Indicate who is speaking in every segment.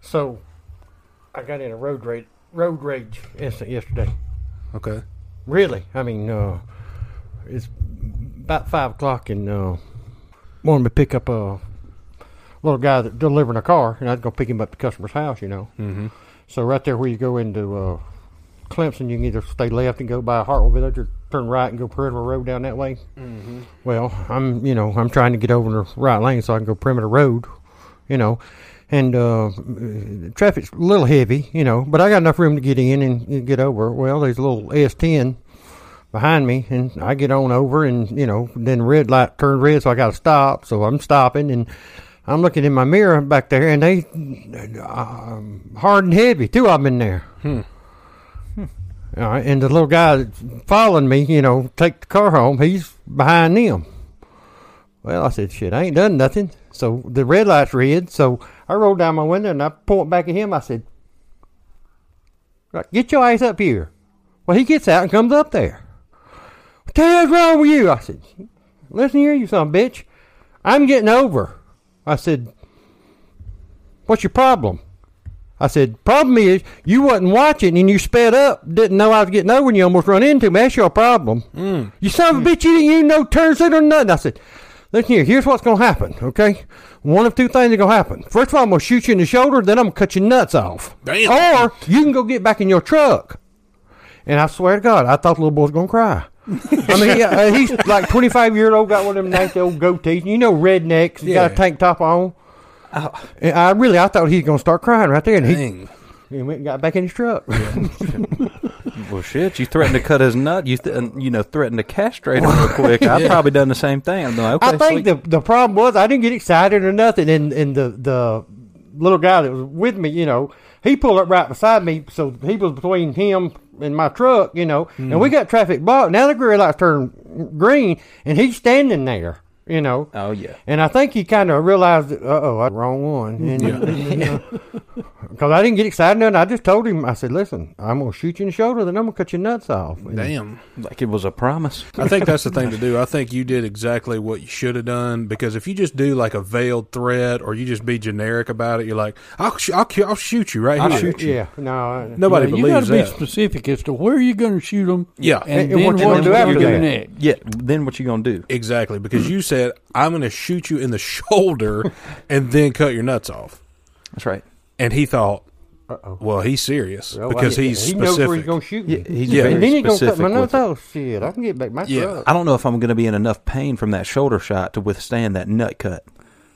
Speaker 1: So I got in a road rage road rage incident yesterday.
Speaker 2: Okay.
Speaker 1: Really, I mean, uh, it's about five o'clock, and uh, wanted to pick up a little guy that delivering a car, and I'd go pick him up at the customer's house, you know.
Speaker 2: Mm-hmm.
Speaker 1: So right there where you go into uh, Clemson, you can either stay left and go by Hartwell Village, or turn right and go Perimeter Road down that way.
Speaker 2: Mm-hmm.
Speaker 1: Well, I'm you know I'm trying to get over the right lane so I can go perimeter road, you know, and uh, traffic's a little heavy, you know, but I got enough room to get in and, and get over. Well, there's a little S10 behind me, and I get on over, and you know, then red light turned red, so I got to stop. So I'm stopping, and I'm looking in my mirror back there, and they um, hard and heavy. Two of them in there. All right, and the little guy that's following me, you know, take the car home, he's behind them. Well, I said, shit, I ain't done nothing. So the red light's red, so I rolled down my window and I point back at him. I said, "Right, get your ass up here. Well, he gets out and comes up there. What the hell's wrong with you? I said, listen here, you son of a bitch. I'm getting over. I said, what's your problem? I said, problem is you wasn't watching and you sped up, didn't know I was getting over and you almost run into me. That's your problem.
Speaker 2: Mm.
Speaker 1: You son of a bitch, you didn't even know turn signal or nothing. I said, listen here, here's what's going to happen, okay? One of two things are going to happen. First of all, I'm going to shoot you in the shoulder, then I'm going to cut your nuts off.
Speaker 2: Damn.
Speaker 1: Or you can go get back in your truck. And I swear to God, I thought the little boy was going to cry. I mean, yeah, uh, he's like 25 year old, got one of them nasty old goatees. and You know, rednecks, he got
Speaker 2: Yeah. Oh.
Speaker 1: a tank top on. And I really, I thought he was going to start crying right there. And he,
Speaker 2: Dang.
Speaker 1: he went and got back in his truck.
Speaker 3: Well, shit, you threatened to cut his nut. You, th- and, you know, threatened to castrate him real quick. I've probably done the same thing. I'm like, okay,
Speaker 1: I think the the problem was I didn't get excited or nothing, and and the the little guy that was with me, you know, he pulled up right beside me, so he was between him and my truck, you know, and
Speaker 2: Hmm.
Speaker 1: we got traffic blocked. Now the green light turned green, and he's standing there, you know.
Speaker 3: Oh yeah.
Speaker 1: And I think he kind of realized, uh oh, I wrong
Speaker 3: Mm-hmm.
Speaker 1: one. And, Because I didn't get excited, and I just told him, I said, listen, I'm going to shoot you in the shoulder, then I'm going to cut your nuts off. And-
Speaker 2: Damn.
Speaker 3: Like it was a promise.
Speaker 2: I think that's the thing to do. I think you did exactly what you should have done because if you just do like a veiled threat or you just be generic about it, you're like, I'll, sh- I'll, ki- I'll shoot you right
Speaker 3: I'll
Speaker 2: here.
Speaker 3: shoot you.
Speaker 1: Yeah, no. I-
Speaker 2: Nobody
Speaker 4: Yeah, you
Speaker 2: believes
Speaker 4: gotta
Speaker 2: that.
Speaker 4: be specific as to where you're going to shoot them,
Speaker 2: Yeah.
Speaker 1: And-
Speaker 4: and,
Speaker 1: and
Speaker 4: then
Speaker 1: what
Speaker 4: what
Speaker 1: you gonna do after
Speaker 4: you're going to do
Speaker 1: that.
Speaker 4: next.
Speaker 3: Yeah. Then what you gonna do?
Speaker 2: Exactly, because you said I'm going to shoot you in the shoulder and then cut your nuts off,
Speaker 3: That's right.
Speaker 2: and he thought,
Speaker 1: Uh-oh.
Speaker 2: "Well, he's serious
Speaker 1: Oh, I-
Speaker 2: because he's
Speaker 1: he knows where he's
Speaker 2: specific."
Speaker 1: going to shoot
Speaker 3: Yeah,
Speaker 1: me.
Speaker 3: he's
Speaker 2: Yeah.
Speaker 3: very
Speaker 1: and then you're gonna cut
Speaker 3: specific
Speaker 1: my
Speaker 3: with
Speaker 1: nuts
Speaker 3: it.
Speaker 1: off. Shit, I can get back my
Speaker 2: Yeah.
Speaker 1: truck.
Speaker 3: I don't know if I'm going to be in enough pain from that shoulder shot to withstand that nut cut.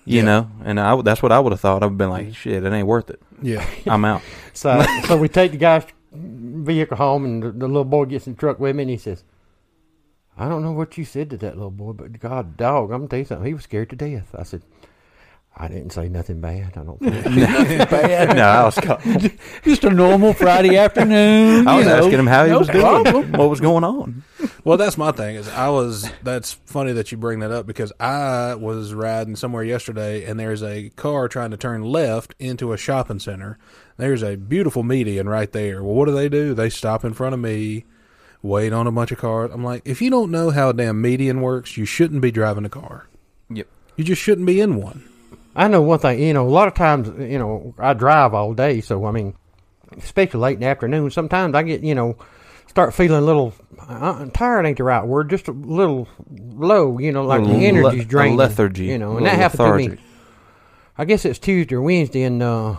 Speaker 3: You
Speaker 2: Yeah.
Speaker 3: know, and I w- that's what I would have thought. I've been like, shit, it ain't worth it.
Speaker 2: yeah,
Speaker 3: I'm out.
Speaker 1: So, so we take the guy's vehicle home, and the, the little boy gets in the truck with me, and he says, "I don't know what you said to that little boy, but God, dog, I'm gonna tell you something. He was scared to death." I said, "I didn't say nothing bad. I don't think."
Speaker 3: no, I was, ca-
Speaker 4: Just a normal Friday afternoon.
Speaker 3: I was
Speaker 4: you know,
Speaker 3: asking him how he
Speaker 4: no
Speaker 3: was doing,
Speaker 4: problem.
Speaker 3: what was going on.
Speaker 2: Well, that's my thing. Is I was. That's funny that you bring that up because I was riding somewhere yesterday, and there's a car trying to turn left into a shopping center. There's a beautiful median right there. Well, what do they do? They stop in front of me, wait on a bunch of cars. I'm like, if you don't know how a damn median works, you shouldn't be driving a car.
Speaker 3: Yep.
Speaker 2: You just shouldn't be in one.
Speaker 1: I know one thing. You know, a lot of times, you know, I drive all day, so I mean, especially late in the afternoon, sometimes I get, you know, start feeling a little uh, tired. Ain't the right word. Just a little low. You know, like
Speaker 3: Little
Speaker 1: the energy's
Speaker 3: Mm, le- a
Speaker 1: draining.
Speaker 3: lethargy,
Speaker 1: You
Speaker 3: a
Speaker 1: know, and that
Speaker 3: little
Speaker 1: happened to
Speaker 3: lethargic.
Speaker 1: me. I guess it's Tuesday or Wednesday, and uh, I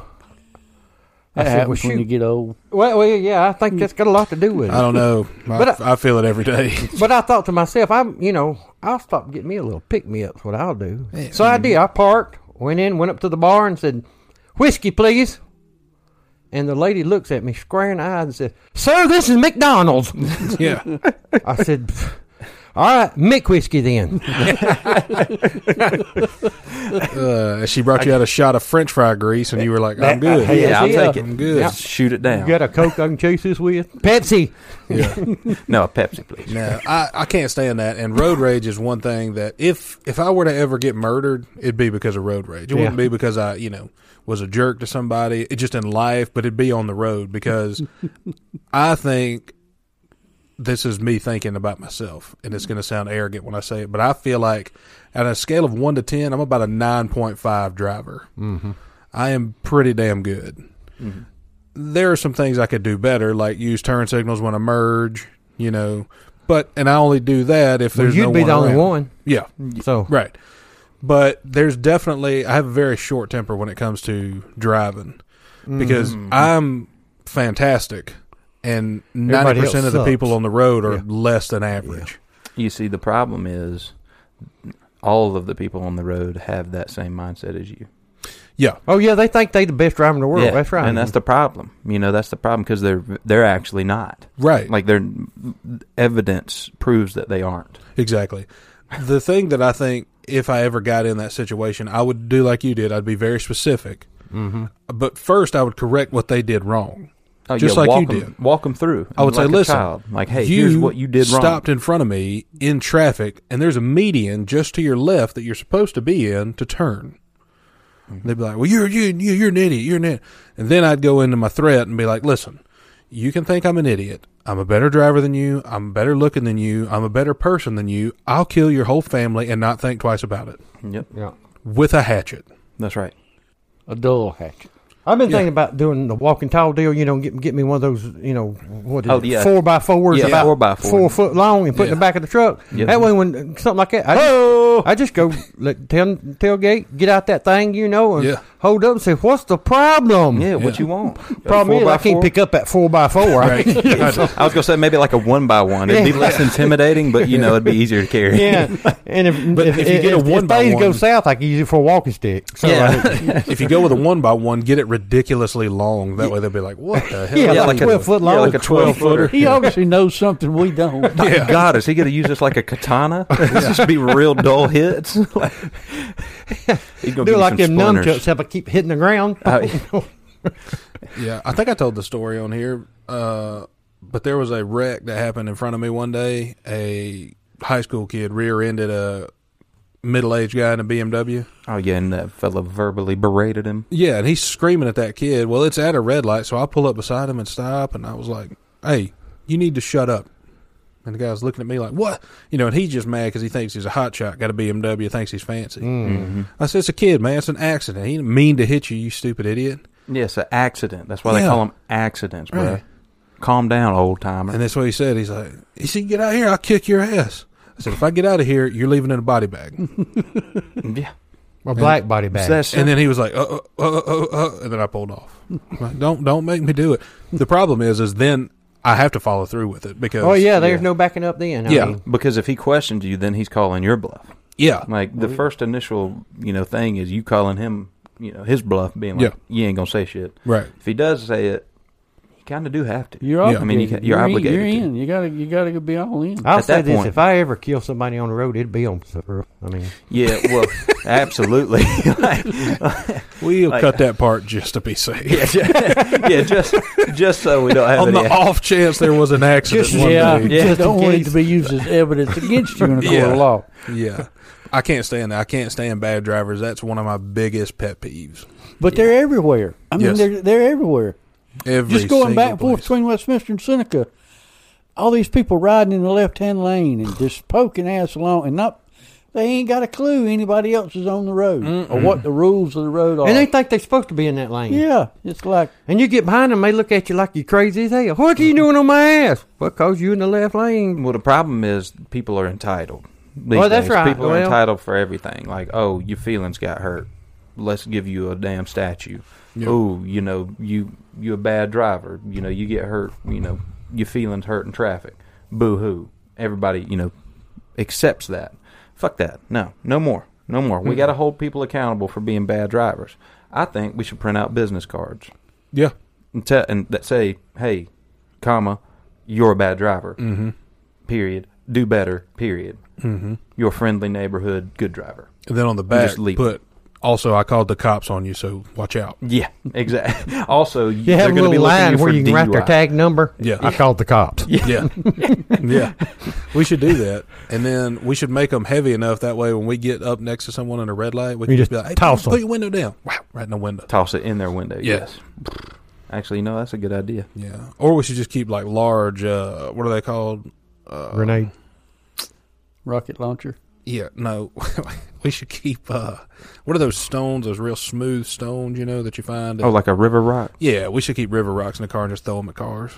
Speaker 4: That
Speaker 1: said, well,
Speaker 4: happens when you
Speaker 1: shoot.
Speaker 4: get old.
Speaker 1: Well, well, yeah, I
Speaker 3: Mm.
Speaker 1: think that's got a lot to do with it.
Speaker 2: I don't know. I,
Speaker 1: But
Speaker 2: I feel it every day.
Speaker 1: But I thought to myself, I'm, you know, I'll stop and get me a little pick me up's what I'll do. So I did. I parked, went in, went up to the bar, and said, "Whiskey, please." And the lady looks at me, squaring eyes, and said, "Sir, this is McDonald's."
Speaker 2: yeah.
Speaker 1: I said, "Pff, "All right, Mick whiskey then."
Speaker 2: Uh, she brought you out a shot of French fry grease, and you were like, "I'm good.
Speaker 3: Yeah, I'll
Speaker 1: yeah.
Speaker 3: take it.
Speaker 2: I'm good."
Speaker 1: Yeah.
Speaker 3: Shoot it down.
Speaker 1: You got a Coke I can chase this with? Pepsi.
Speaker 3: No, a Pepsi, please.
Speaker 2: No, I, I can't stand that. And road rage is one thing that if if I were to ever get murdered, it'd be because of road rage. It wouldn't
Speaker 1: Yeah.
Speaker 2: be because I you know was a jerk to somebody. It just in life, but it'd be on the road because I think this is me thinking about myself, and it's going to sound arrogant when I say it, but I feel like at a scale of one to ten, I'm about a nine point five driver. Mm-hmm. I am pretty damn good.
Speaker 1: Mm-hmm.
Speaker 2: There are some things I could do better, like use turn signals when I merge, you know. But and I only do that if
Speaker 1: Well,
Speaker 2: there's
Speaker 1: you'd
Speaker 2: no
Speaker 1: be the only
Speaker 2: around.
Speaker 1: one.
Speaker 2: Yeah,
Speaker 1: So
Speaker 2: right. But there's definitely I have a very short temper when it comes to driving
Speaker 1: mm.
Speaker 2: because
Speaker 1: Mm-hmm.
Speaker 2: I'm fantastic, and ninety
Speaker 1: Everybody else
Speaker 2: percent of the
Speaker 1: sucks.
Speaker 2: people on the road are
Speaker 1: Yeah.
Speaker 2: less than average.
Speaker 3: You see, the problem is all of the people on the road have that same mindset as you.
Speaker 2: Yeah,
Speaker 1: oh yeah, they think they the best driver in the world.
Speaker 3: Yeah,
Speaker 1: That's right.
Speaker 3: and that's the problem. You know, that's the problem because they're they're actually not.
Speaker 2: right.
Speaker 3: Like their evidence proves that they aren't.
Speaker 2: Exactly. The thing that I think if I ever got in that situation, I would do like you did. I'd be very specific. Mm-hmm. But first, I would correct what they did wrong.
Speaker 3: Oh,
Speaker 2: Uh, Just
Speaker 3: yeah,
Speaker 2: like
Speaker 3: walk
Speaker 2: you
Speaker 3: 'em-
Speaker 2: did.
Speaker 3: Walk them through.
Speaker 2: I would
Speaker 3: like
Speaker 2: say,
Speaker 3: a
Speaker 2: listen,
Speaker 3: child. like, hey, here's what you did wrong.
Speaker 2: Stopped in front of me in traffic, and there's a median just to your left that you're supposed to be in to turn. They'd be like, "Well, you're you you- you're an idiot. You're an idiot." And then I'd go into my threat and be like, "Listen, you can think I'm an idiot. I'm a better driver than you. I'm better looking than you. I'm a better person than you. I'll kill your whole family and not think twice about it."
Speaker 3: Yep,
Speaker 1: yeah.
Speaker 2: with a hatchet.
Speaker 3: that's right.
Speaker 4: A dull hatchet.
Speaker 1: I've been
Speaker 2: Yeah.
Speaker 1: thinking about doing the walking tall deal. You know, get get me one of those. You know, what is
Speaker 3: Oh,
Speaker 1: it?
Speaker 3: yeah.
Speaker 1: Four by fours,
Speaker 3: Yeah,
Speaker 1: about
Speaker 3: four by four.
Speaker 1: four foot long, and put in
Speaker 2: Yeah.
Speaker 1: the back of the truck.
Speaker 3: Yep.
Speaker 1: That way, when something like that, I
Speaker 3: Oh!
Speaker 1: just, I just go let, tail, tailgate, get out that thing, you know, and
Speaker 2: Yeah.
Speaker 1: hold up and say, "What's the problem?"
Speaker 3: Yeah, what
Speaker 2: Yeah.
Speaker 3: you want.
Speaker 1: Problem
Speaker 3: Four
Speaker 1: is,
Speaker 3: by
Speaker 1: I can't
Speaker 3: four?
Speaker 1: pick up that four by four. I-
Speaker 3: I was gonna say maybe like a one by one. It'd be less intimidating, but you know it'd be easier to carry.
Speaker 1: yeah, and if
Speaker 2: But if you get a
Speaker 1: if,
Speaker 2: one
Speaker 1: if
Speaker 2: by
Speaker 1: things go
Speaker 2: one-
Speaker 1: south, I can use it for a walking stick. So
Speaker 3: Yeah.
Speaker 1: I-
Speaker 2: if you go with a one by one, get it ridiculously long. That way they'll be like, "What the hell?"
Speaker 1: Yeah,
Speaker 3: Yeah,
Speaker 1: like
Speaker 3: like a-
Speaker 1: 12 foot
Speaker 3: yeah,
Speaker 1: long.
Speaker 3: like a twelve footer.
Speaker 4: He obviously knows something we don't.
Speaker 3: My God, is he going to use this like a katana? This just be real dull hits. like, he's gonna give
Speaker 1: Do
Speaker 3: you
Speaker 1: like
Speaker 3: some
Speaker 1: them
Speaker 3: splinters.
Speaker 1: nunchucks, have I keep hitting the ground.
Speaker 3: Oh,
Speaker 2: Yeah, I think I told the story on here, uh, but there was a wreck that happened in front of me one day. A high school kid rear-ended a middle-aged guy in a BMW.
Speaker 3: oh yeah, and that fella verbally berated him.
Speaker 2: Yeah, and he's screaming at that kid. Well, it's at a red light, so I pull up beside him and stop. And I was like, "Hey, you need to shut up." And the guy's looking at me like, "What?" You know, and he's just mad because he thinks he's a hot shot, got a BMW, thinks he's fancy. I said, "It's a kid, man. It's an accident. He didn't mean to hit you, you stupid idiot."
Speaker 3: Yes, an accident. That's why they
Speaker 2: Yeah.
Speaker 3: call them accidents, bro.
Speaker 2: Right.
Speaker 3: Calm down, old timer.
Speaker 2: And that's what he said. He's like, "He said, get out of here. I'll kick your ass." I said, "If I get out of here, you're leaving in a body bag."
Speaker 3: yeah,
Speaker 1: A black body bag.
Speaker 3: that's
Speaker 2: And then he was like, "Uh, uh, uh, uh, uh," and then I pulled off. I'm like, don't don't make me do it. The problem is, is then I have to follow through with it because
Speaker 1: Oh yeah, there's
Speaker 3: Yeah.
Speaker 1: no backing up then. I
Speaker 2: Yeah.
Speaker 1: mean,
Speaker 3: because if he questions you, then he's calling your bluff.
Speaker 2: yeah,
Speaker 3: Like the first initial, you know, thing is you calling him, you know, his bluff, being like,
Speaker 2: Yeah.
Speaker 3: "You ain't gonna say shit."
Speaker 2: right.
Speaker 3: If he does say it, you kind of do have to.
Speaker 4: You're
Speaker 2: Yeah.
Speaker 4: obligated.
Speaker 2: I
Speaker 3: mean, you ca- you're
Speaker 4: in-
Speaker 3: obligated to.
Speaker 4: You're in. You gotta. You gotta be all in.
Speaker 1: I'll
Speaker 3: At
Speaker 1: say
Speaker 3: that
Speaker 1: this:
Speaker 3: point-
Speaker 1: if I ever kill somebody on the road, it'd be on. the- I mean,
Speaker 3: Yeah, well, absolutely. Like,
Speaker 2: We'll
Speaker 3: Like-
Speaker 2: cut that part just to be safe.
Speaker 3: yeah, just, yeah, just just so we don't have
Speaker 2: On the
Speaker 3: any.
Speaker 2: off chance there was an accident
Speaker 1: Just-
Speaker 2: one
Speaker 4: yeah,
Speaker 2: day.
Speaker 3: Yeah.
Speaker 4: just don't
Speaker 1: in
Speaker 4: want it
Speaker 1: case.
Speaker 4: to be used as evidence against you in a court
Speaker 2: Yeah.
Speaker 4: of law.
Speaker 2: Yeah. I can't stand that. I can't stand bad drivers. That's one of my biggest pet peeves.
Speaker 4: But they're everywhere. I mean,
Speaker 2: Yes.
Speaker 4: they're they're everywhere.
Speaker 2: Every
Speaker 4: Just going
Speaker 2: single
Speaker 4: back and forth
Speaker 2: place.
Speaker 4: between Westminster and Seneca. All these people riding in the left hand lane and just poking ass along and not. They ain't got a clue anybody else is on the road or what the rules of the
Speaker 3: Oh.
Speaker 4: road are.
Speaker 1: and they think they're supposed to be in that lane.
Speaker 4: yeah, it's like
Speaker 1: And you get behind them, they look at you like you crazy as hell. What are
Speaker 3: Mm-hmm.
Speaker 1: you doing on my ass? Well, cause you in the left lane.
Speaker 3: Well, the problem is people are entitled. These
Speaker 1: Well, that's
Speaker 3: days.
Speaker 1: right.
Speaker 3: People are
Speaker 1: Well-
Speaker 3: entitled for everything. Like, oh, your feelings got hurt. Let's give you a damn statue. Oh, you know, you you a bad driver. You know, you get hurt. You know, your feelings hurt in traffic. Boo hoo. Everybody, you know, accepts that. Fuck that. No, no more. No more. We got to hold people accountable for being bad drivers. I think we should print out business cards
Speaker 2: Yeah.
Speaker 3: and, te- and that say, "Hey, comma, you're a bad driver." Mm-hmm. Period. Do better. Period. Mm-hmm. Your friendly neighborhood good driver.
Speaker 2: And then on the back,
Speaker 3: just leave.
Speaker 2: put also I called the cops on you, so watch out.
Speaker 3: Yeah, exactly. also,
Speaker 1: You
Speaker 3: they're
Speaker 1: have a
Speaker 3: gonna be
Speaker 1: little
Speaker 3: looking at
Speaker 1: line
Speaker 3: you
Speaker 1: where
Speaker 3: for
Speaker 1: you can write their
Speaker 3: DUI.
Speaker 1: tag number.
Speaker 2: Yeah.
Speaker 1: I called the cops.
Speaker 2: Yeah. yeah. We should do that. And then we should make them heavy enough that way when we get up next to someone in a red light, we can
Speaker 1: just
Speaker 2: just be like, hey,
Speaker 1: toss
Speaker 2: put
Speaker 1: 'em.
Speaker 2: your window down. Wow, right in the window.
Speaker 3: Toss it in their window.
Speaker 2: Yeah.
Speaker 3: Yes. Actually, no, that's a good idea.
Speaker 2: Yeah. Or we should just keep like large, uh, what are they called?
Speaker 1: Renee.
Speaker 4: rocket launcher.
Speaker 2: Yeah, no, we should keep. uh What are those stones? Those real smooth stones, you know, that you find.
Speaker 3: Oh, like a river rock.
Speaker 2: yeah, we should keep river rocks in the car and just throw them at cars.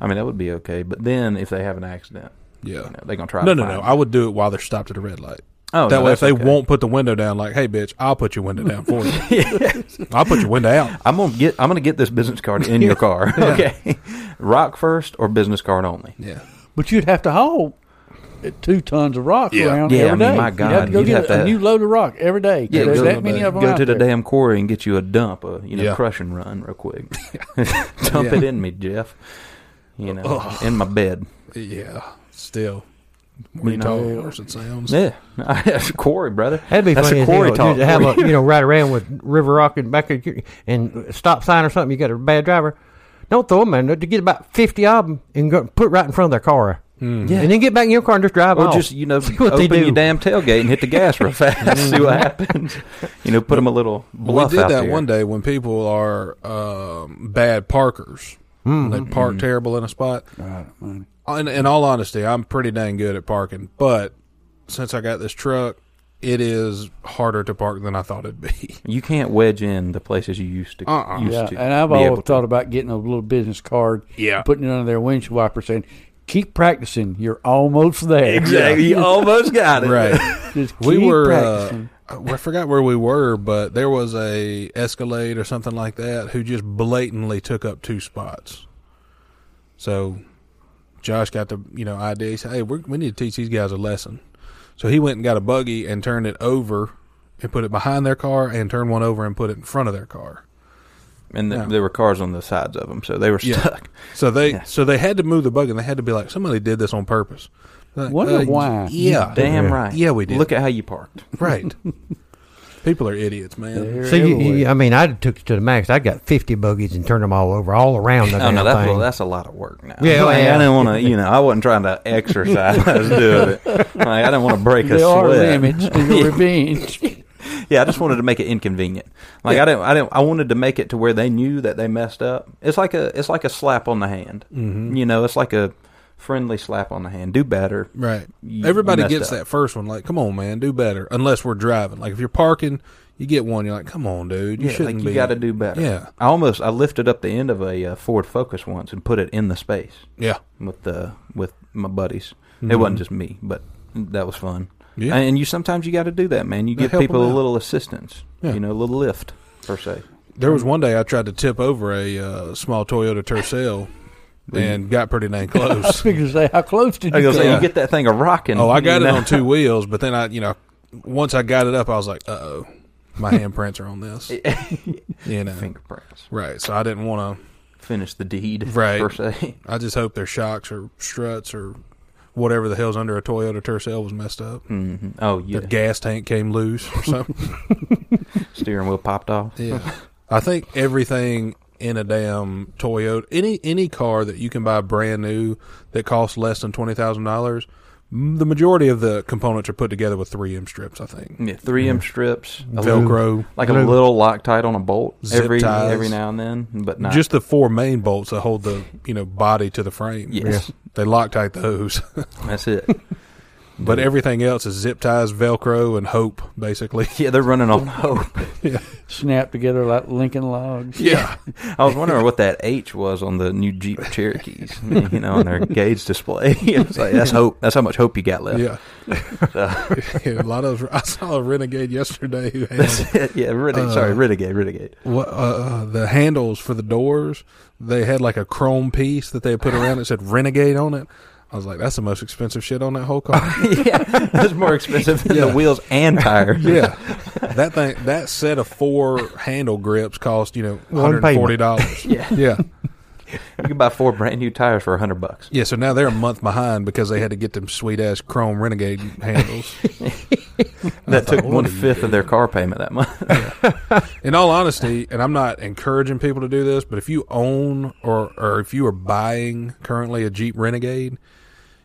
Speaker 3: I mean, that would be okay. But then if they have an accident,
Speaker 2: Yeah.
Speaker 3: you know, they're gonna try.
Speaker 2: No,
Speaker 3: to
Speaker 2: no,
Speaker 3: find
Speaker 2: no.
Speaker 3: it.
Speaker 2: I would do it while they're stopped at a red light.
Speaker 3: oh,
Speaker 2: that
Speaker 3: no,
Speaker 2: way, if
Speaker 3: that's
Speaker 2: they
Speaker 3: okay.
Speaker 2: won't put the window down, like, hey, bitch, I'll put your window down for you. I'll put your window out.
Speaker 3: I'm gonna get. I'm gonna get this business card in your car. okay, rock first or business card only.
Speaker 2: Yeah.
Speaker 4: But you'd have to haul two tons of rock
Speaker 2: Yeah.
Speaker 4: around
Speaker 3: Yeah, I
Speaker 4: every
Speaker 3: mean,
Speaker 4: day.
Speaker 3: my
Speaker 4: you'd have
Speaker 3: God,
Speaker 4: to go
Speaker 3: you'd
Speaker 4: get
Speaker 3: have to-
Speaker 4: a, new load of rock every day.
Speaker 3: Yeah,
Speaker 4: there's
Speaker 3: go-
Speaker 4: that many of them
Speaker 3: Go
Speaker 4: out
Speaker 3: to the
Speaker 4: there.
Speaker 3: damn quarry and get you a dump, a you know
Speaker 2: Yeah.
Speaker 3: crush and run real quick. dump it in me, Jeff. You know, in my bed.
Speaker 2: Yeah. Still.
Speaker 3: You
Speaker 2: We
Speaker 3: know.
Speaker 2: talk worse it sounds.
Speaker 3: Yeah, that's a quarry, brother.
Speaker 1: That'd be
Speaker 3: that's
Speaker 1: funny
Speaker 3: a
Speaker 1: as
Speaker 3: quarry
Speaker 1: hell,
Speaker 3: talk.
Speaker 1: dude, to have a you know ride around with River Rock and back of your- and a stop sign or something. You got a bad driver. Don't throw them in there. To get about fifty of them and go, put right in front of their car.
Speaker 3: Yeah.
Speaker 1: And then get back in your car and just drive
Speaker 3: Or
Speaker 1: off.
Speaker 3: just you know,
Speaker 1: Oh. See what they
Speaker 3: open your
Speaker 1: do.
Speaker 3: damn tailgate and hit the gas real fast. see what happens. You know, put them a little
Speaker 2: we
Speaker 3: bluff
Speaker 2: did
Speaker 3: out
Speaker 2: that
Speaker 3: there.
Speaker 2: one day when people are um, bad parkers.
Speaker 3: Hmm.
Speaker 2: They park terrible in a spot. In, in all honesty, I'm pretty dang good at parking, but since I got this truck, it is harder to park than I thought it'd be.
Speaker 3: You can't wedge in the places you used to.
Speaker 2: Uh-uh.
Speaker 3: Used
Speaker 4: Yeah,
Speaker 3: to
Speaker 4: and I've
Speaker 3: be able
Speaker 4: always
Speaker 3: to.
Speaker 4: thought about getting a little business card,
Speaker 2: Yeah.
Speaker 4: putting it under their windshield wiper, saying, "Keep practicing. You're almost there."
Speaker 3: Exactly. You almost got it.
Speaker 2: Right.
Speaker 4: Just keep
Speaker 2: we were. Uh,
Speaker 4: practicing.
Speaker 2: I forgot where we were, but there was a Escalade or something like that who just blatantly took up two spots. So Josh got the you know idea. He said, "Hey, we're, we need to teach these guys a lesson." So he went and got a buggy and turned it over and put it behind their car and turned one over and put it in front of their car.
Speaker 3: And th-
Speaker 2: Yeah.
Speaker 3: there were cars on the sides of them, so they were
Speaker 2: Yeah.
Speaker 3: stuck.
Speaker 2: So they
Speaker 3: Yeah.
Speaker 2: so they had to move the buggy and they had to be like somebody did this on purpose. Like, uh,
Speaker 4: Wonder why.
Speaker 2: Yeah,
Speaker 3: Damn right.
Speaker 2: Yeah, we did.
Speaker 3: Look at how you parked.
Speaker 2: right. People are idiots, man.
Speaker 4: They're
Speaker 1: So you,
Speaker 4: everywhere.
Speaker 1: you- I mean, I took it to the max. I got fifty buggies and turned them all over, all around the
Speaker 3: Oh
Speaker 1: damn
Speaker 3: no, that's
Speaker 1: thing.
Speaker 3: well, that's a lot of work now.
Speaker 1: Yeah, oh,
Speaker 3: Like,
Speaker 1: yeah.
Speaker 3: I didn't want to. You know, I wasn't trying to exercise doing it. Like, I didn't want to break a
Speaker 4: there are
Speaker 3: sweat.
Speaker 4: limits to your revenge.
Speaker 3: Yeah, I just wanted to make it inconvenient. Like I didn't, I didn't, I wanted to make it to where they knew that they messed up. It's like a, it's like a slap on the hand. Mm-hmm. You know, it's like a friendly slap on the hand. Do better.
Speaker 2: Right.
Speaker 3: You- you
Speaker 2: Everybody
Speaker 3: messed
Speaker 2: gets
Speaker 3: up.
Speaker 2: that first one. Like, come on, man, do better. Unless we're driving. Like, if you're parking, you get one. You're like, come on, dude, you
Speaker 3: yeah,
Speaker 2: shouldn't
Speaker 3: like
Speaker 2: be.
Speaker 3: you got to do better.
Speaker 2: Yeah.
Speaker 3: I almost, I lifted up the end of a uh, Ford Focus once and put it in the space
Speaker 2: Yeah,
Speaker 3: with the with my buddies. It wasn't just me, but that was fun.
Speaker 2: Mm-hmm. Yeah.
Speaker 3: And you sometimes you got to do that, man. You
Speaker 2: Yeah,
Speaker 3: give
Speaker 2: help 'em
Speaker 3: people a
Speaker 2: out.
Speaker 3: little assistance.
Speaker 2: Yeah.
Speaker 3: You know, a little lift per se.
Speaker 2: there was one day I tried to tip over a uh, small Toyota Tercel and got pretty dang
Speaker 4: I was
Speaker 2: close.
Speaker 4: figuring to say, how close did
Speaker 3: I
Speaker 4: you
Speaker 3: was
Speaker 4: go?
Speaker 3: gonna say
Speaker 2: Yeah.
Speaker 3: you get that thing a rocking.
Speaker 2: oh, I got
Speaker 3: you
Speaker 2: it
Speaker 3: know?
Speaker 2: on two wheels, but then I, you know, once I got it up, I was like, uh oh, my handprints are on this. you know,
Speaker 3: fingerprints.
Speaker 2: right. So I didn't want to.
Speaker 3: Finish the deed,
Speaker 2: Right.
Speaker 3: Per se.
Speaker 2: I just hope their shocks or struts or whatever the hell's under a Toyota Tercel was messed up.
Speaker 3: hmm Oh yeah,
Speaker 2: Their gas tank came loose or something.
Speaker 3: steering wheel popped off.
Speaker 2: Yeah. I think everything in a damn Toyota, any any car that you can buy brand new that costs less than twenty thousand dollars, the majority of the components are put together with 3M strips. I think
Speaker 3: Yeah, three M strips, a little,
Speaker 2: Velcro,
Speaker 3: like a
Speaker 1: Glue.
Speaker 3: little Loctite on a bolt
Speaker 2: Zip
Speaker 3: every
Speaker 2: ties.
Speaker 3: every now and then, but not
Speaker 2: just the four main bolts that hold the you know body to the frame.
Speaker 3: Yes.
Speaker 2: they Loctite those,
Speaker 3: that's it.
Speaker 2: but everything else is zip ties, Velcro, and hope basically.
Speaker 3: Yeah, they're running on hope.
Speaker 4: Snap together like Lincoln logs.
Speaker 2: Yeah,
Speaker 3: I was wondering what that H was on the new Jeep Cherokees, you know, on their gauge display. It was like, that's hope. That's how much hope you got left.
Speaker 2: yeah. yeah. A lot of I saw a renegade yesterday who had
Speaker 3: That's it. Yeah,
Speaker 2: Uh,
Speaker 3: renegade. sorry, renegade, renegade.
Speaker 2: what, uh, uh, the handles for the doors, they had like a chrome piece that they put around it said Renegade on it. I was like, that's the most expensive shit on that whole car.
Speaker 3: yeah, that's more expensive than the
Speaker 2: Yeah.
Speaker 3: wheels and tires.
Speaker 2: yeah, that thing, that set of four handle grips cost you know
Speaker 1: One
Speaker 2: one hundred forty
Speaker 1: payment.
Speaker 2: dollars.
Speaker 3: Yeah.
Speaker 2: yeah,
Speaker 3: you can buy four brand new tires for a hundred bucks.
Speaker 2: yeah. So now they're a month behind because they had to get them sweet ass chrome Renegade handles.
Speaker 3: That took one fifth of their car payment that month.
Speaker 2: In all honesty, and I'm not encouraging people to do this, but if you own or or if you are buying currently a Jeep Renegade,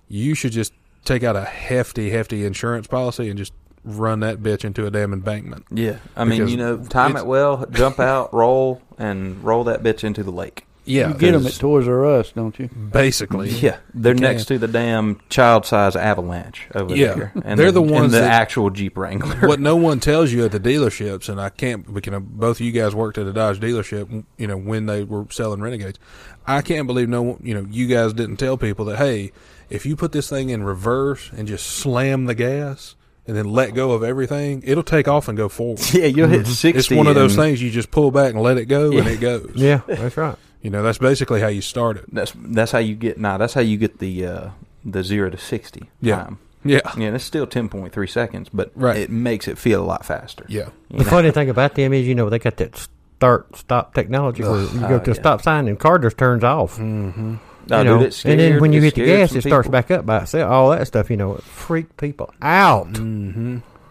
Speaker 2: you should just take out a hefty, hefty insurance policy and just run that bitch into a damn embankment.
Speaker 3: Yeah, I mean,
Speaker 2: Because
Speaker 3: you know, time
Speaker 2: it's-
Speaker 3: it well, jump out, roll, and roll that bitch into the lake.
Speaker 2: Yeah,
Speaker 4: you get them at
Speaker 2: 'cause
Speaker 4: Toys R Us, don't you?
Speaker 2: basically.
Speaker 3: Yeah, they're
Speaker 2: You
Speaker 3: next to the damn child size Avalanche over
Speaker 2: Yeah.
Speaker 3: there.
Speaker 2: They're the ones
Speaker 3: and the
Speaker 2: that-
Speaker 3: actual Jeep Wrangler.
Speaker 2: what no one tells you at the dealerships, and I can't. but, You know, both of you guys worked at a Dodge dealership. You know, when they were selling Renegades, I can't believe no. one- You know, you guys didn't tell people that hey, if you put this thing in reverse and just slam the gas and then let go of everything, it'll take off and go forward.
Speaker 3: Yeah, you'll hit sixty.
Speaker 2: It's one of those
Speaker 3: and
Speaker 2: things you just pull back and let it go, and it goes.
Speaker 1: Yeah, that's right.
Speaker 2: You know, that's basically how you start it.
Speaker 3: That's that's how you get. Nah, that's how you get the uh, the zero to sixty
Speaker 2: Yeah.
Speaker 3: time.
Speaker 2: Yeah,
Speaker 3: Yeah, and it's still ten point three seconds, but
Speaker 2: Right.
Speaker 3: it makes it feel a lot faster.
Speaker 2: yeah.
Speaker 1: The funny thing about them is, you know, they got that start stop technology where you go
Speaker 3: Oh,
Speaker 1: to a
Speaker 3: yeah.
Speaker 1: stop sign and car just turns off.
Speaker 3: Nah,
Speaker 1: you
Speaker 3: Oh, dude,
Speaker 1: know,
Speaker 3: it
Speaker 1: and then
Speaker 3: scared-
Speaker 1: when you hit the
Speaker 3: scared
Speaker 1: gas,
Speaker 3: some
Speaker 1: it starts
Speaker 3: people.
Speaker 1: back up by itself. All that stuff, you know, it freaked people out.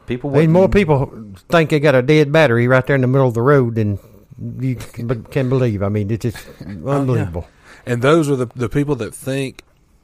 Speaker 3: People
Speaker 1: I mean,
Speaker 3: Mm, wouldn't-
Speaker 1: more people think they got a dead battery right there in the middle of the road than you can but can believe. I mean, it's just
Speaker 3: Oh,
Speaker 1: unbelievable.
Speaker 2: And those are the the people that think,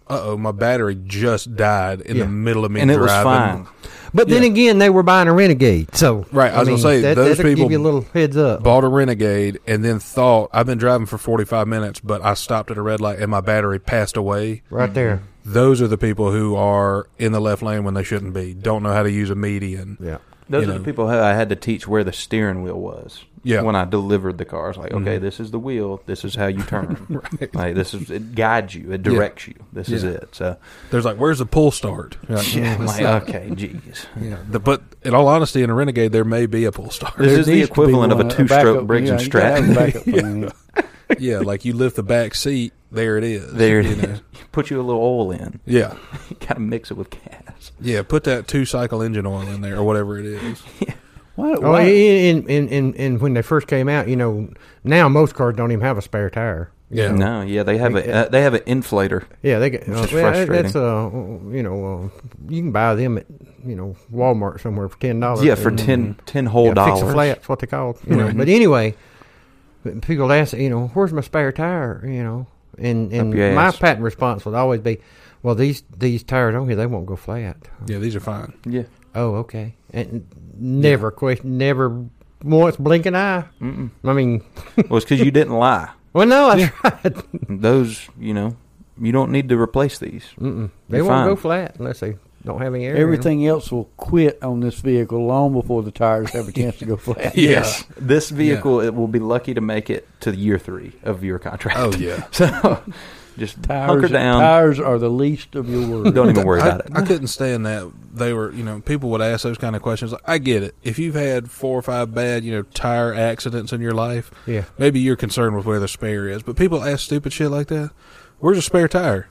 Speaker 2: "Uh oh, my battery just died in
Speaker 1: Yeah.
Speaker 2: the middle of me
Speaker 3: and it
Speaker 2: driving."
Speaker 3: was fine.
Speaker 1: But then again, they were buying a Renegade, so
Speaker 2: Right, I was gonna say,
Speaker 1: that,
Speaker 2: those
Speaker 1: that'll
Speaker 2: people-
Speaker 1: give you a little heads up.
Speaker 2: Bought a Renegade and then thought I've been driving for forty five minutes, but I stopped at a red light and my battery passed away.
Speaker 1: Right there,
Speaker 2: Those are the people who are in the left lane when they shouldn't be. Don't know how to use a median.
Speaker 3: Mm-hmm.
Speaker 1: yeah.
Speaker 3: Those
Speaker 2: you
Speaker 3: are
Speaker 2: know.
Speaker 3: the people who I had to teach where the steering wheel was.
Speaker 2: Yeah.
Speaker 3: When I delivered the car, it's like, okay, this is the wheel. This is how you turn. Like this is it guides you. It directs you. This is
Speaker 2: Yeah.
Speaker 3: it. So
Speaker 2: There's like, where's the pull start? You're like,
Speaker 3: yeah,
Speaker 2: "Mm,
Speaker 3: I'm
Speaker 2: it's
Speaker 3: like,
Speaker 2: not-
Speaker 3: okay, jeez.
Speaker 2: yeah. The- but in all honesty, in a Renegade, there may be a pull start.
Speaker 3: This is the
Speaker 4: needs to be
Speaker 3: equivalent of a
Speaker 4: one-
Speaker 3: two-stroke
Speaker 4: backup-
Speaker 3: Briggs
Speaker 4: yeah,
Speaker 3: and
Speaker 4: you gotta have a
Speaker 3: Stratton.
Speaker 4: backup plan, yeah.
Speaker 2: yeah, like you lift the back seat, there it is.
Speaker 3: There it
Speaker 2: you know.
Speaker 3: is. Put you a little oil in.
Speaker 2: Yeah,
Speaker 3: You got to mix it with gas.
Speaker 2: yeah. Put that two cycle engine oil in there or whatever it is.
Speaker 4: Why-
Speaker 1: Oh,
Speaker 4: why-
Speaker 1: and, and, and, and when they first came out, you know, now most cars don't even have a spare tire.
Speaker 2: Yeah.
Speaker 3: No, yeah, they have a uh, they have an inflator.
Speaker 1: Yeah, they get.
Speaker 3: Which
Speaker 1: Uh,
Speaker 3: is
Speaker 1: well, that-
Speaker 3: frustrating.
Speaker 1: that's uh, you know, uh, you can buy them at you know Walmart somewhere for ten
Speaker 2: Oh,
Speaker 1: dollars.
Speaker 3: Yeah, for ten
Speaker 4: Mm-hmm.
Speaker 3: ten whole
Speaker 1: yeah,
Speaker 3: dollars.
Speaker 1: fix a flat. That's what they call. it, You know, but anyway, people ask, you know, where's my spare tire? You know, and
Speaker 3: Up your
Speaker 1: and my
Speaker 3: ass.
Speaker 1: patent response would always be, well, these these tires on here they won't go flat.
Speaker 2: Yeah, these are fine.
Speaker 3: Yeah.
Speaker 1: Oh, okay. And never question, never once blink an eye.
Speaker 3: Mm-mm.
Speaker 1: I mean,
Speaker 3: Well, it's because you didn't lie.
Speaker 1: well, no, that's right.
Speaker 3: Those, you know, you don't need to replace these.
Speaker 1: Mm-mm. They
Speaker 3: You're
Speaker 1: won't go
Speaker 3: fine.
Speaker 1: flat unless they don't have any air. in 'em.
Speaker 4: Everything else will quit on this vehicle long before the tires have a chance to go flat.
Speaker 2: Yeah.
Speaker 3: This vehicle, it will be lucky to make it to the year three of your contract.
Speaker 2: Oh yeah.
Speaker 3: So just hunker
Speaker 4: Tires,
Speaker 3: down.
Speaker 4: tires are the least of your worries.
Speaker 3: Don't even worry
Speaker 2: I,
Speaker 3: about it.
Speaker 2: I couldn't stand that they were, you know, people would ask those kind of questions. Like, I get it. If you've had four or five bad, you know, tire accidents in your life,
Speaker 1: Yeah.
Speaker 2: maybe you're concerned with where the spare is. But people ask stupid shit like that. Where's a spare tire?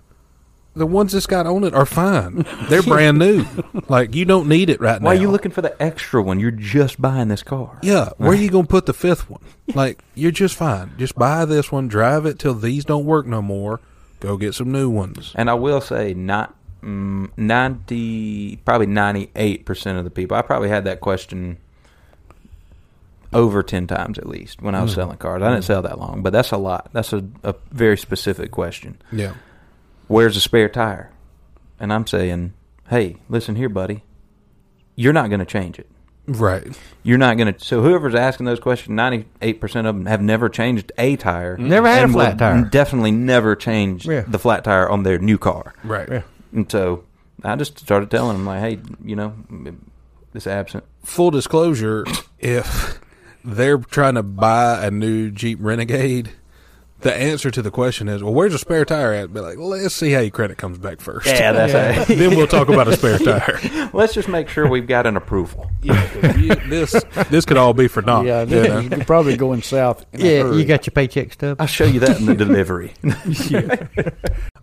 Speaker 2: The ones that's got on it are fine. They're brand new. Like you don't need it right now.
Speaker 3: Why are you looking for the extra one? You're just buying this car.
Speaker 2: Yeah, where you gonna put the fifth one? Like you're just fine. Just buy this one, drive it till these don't work no more. Go get some new ones.
Speaker 3: And I will say, not mm, ninety, probably ninety-eight percent of the people. I probably had that question over ten times at least when I was
Speaker 1: Hmm.
Speaker 3: selling cars. I didn't sell that long, but that's a lot. That's a, a very specific question.
Speaker 2: Yeah,
Speaker 3: Where's the spare tire? And I'm saying, hey, listen here, buddy. You're not going to change it.
Speaker 2: right.
Speaker 3: You're not going to. So whoever's asking those questions, ninety-eight percent of them have never changed a tire.
Speaker 1: Never had a
Speaker 3: and will
Speaker 1: flat tire.
Speaker 3: Definitely never changed
Speaker 1: Yeah.
Speaker 3: the flat tire on their new car.
Speaker 2: Right.
Speaker 1: Yeah.
Speaker 3: And so I just started telling him, like, hey, you know, it's absent.
Speaker 2: Full disclosure, if they're trying to buy a new Jeep Renegade, the answer to the question is, well, where's a spare tire at? Be like, let's see how your credit comes back first.
Speaker 3: that's
Speaker 2: then we'll talk about a spare tire.
Speaker 3: it. Let's just make sure we've got an approval.
Speaker 2: Yeah, 'cause you- this this could all be for naught.
Speaker 4: Yeah,
Speaker 2: you
Speaker 4: this-
Speaker 2: know?
Speaker 4: you're probably going south. In a
Speaker 1: Yeah,
Speaker 4: hurry.
Speaker 1: you got your paycheck stub.
Speaker 3: I'll show you that in the delivery.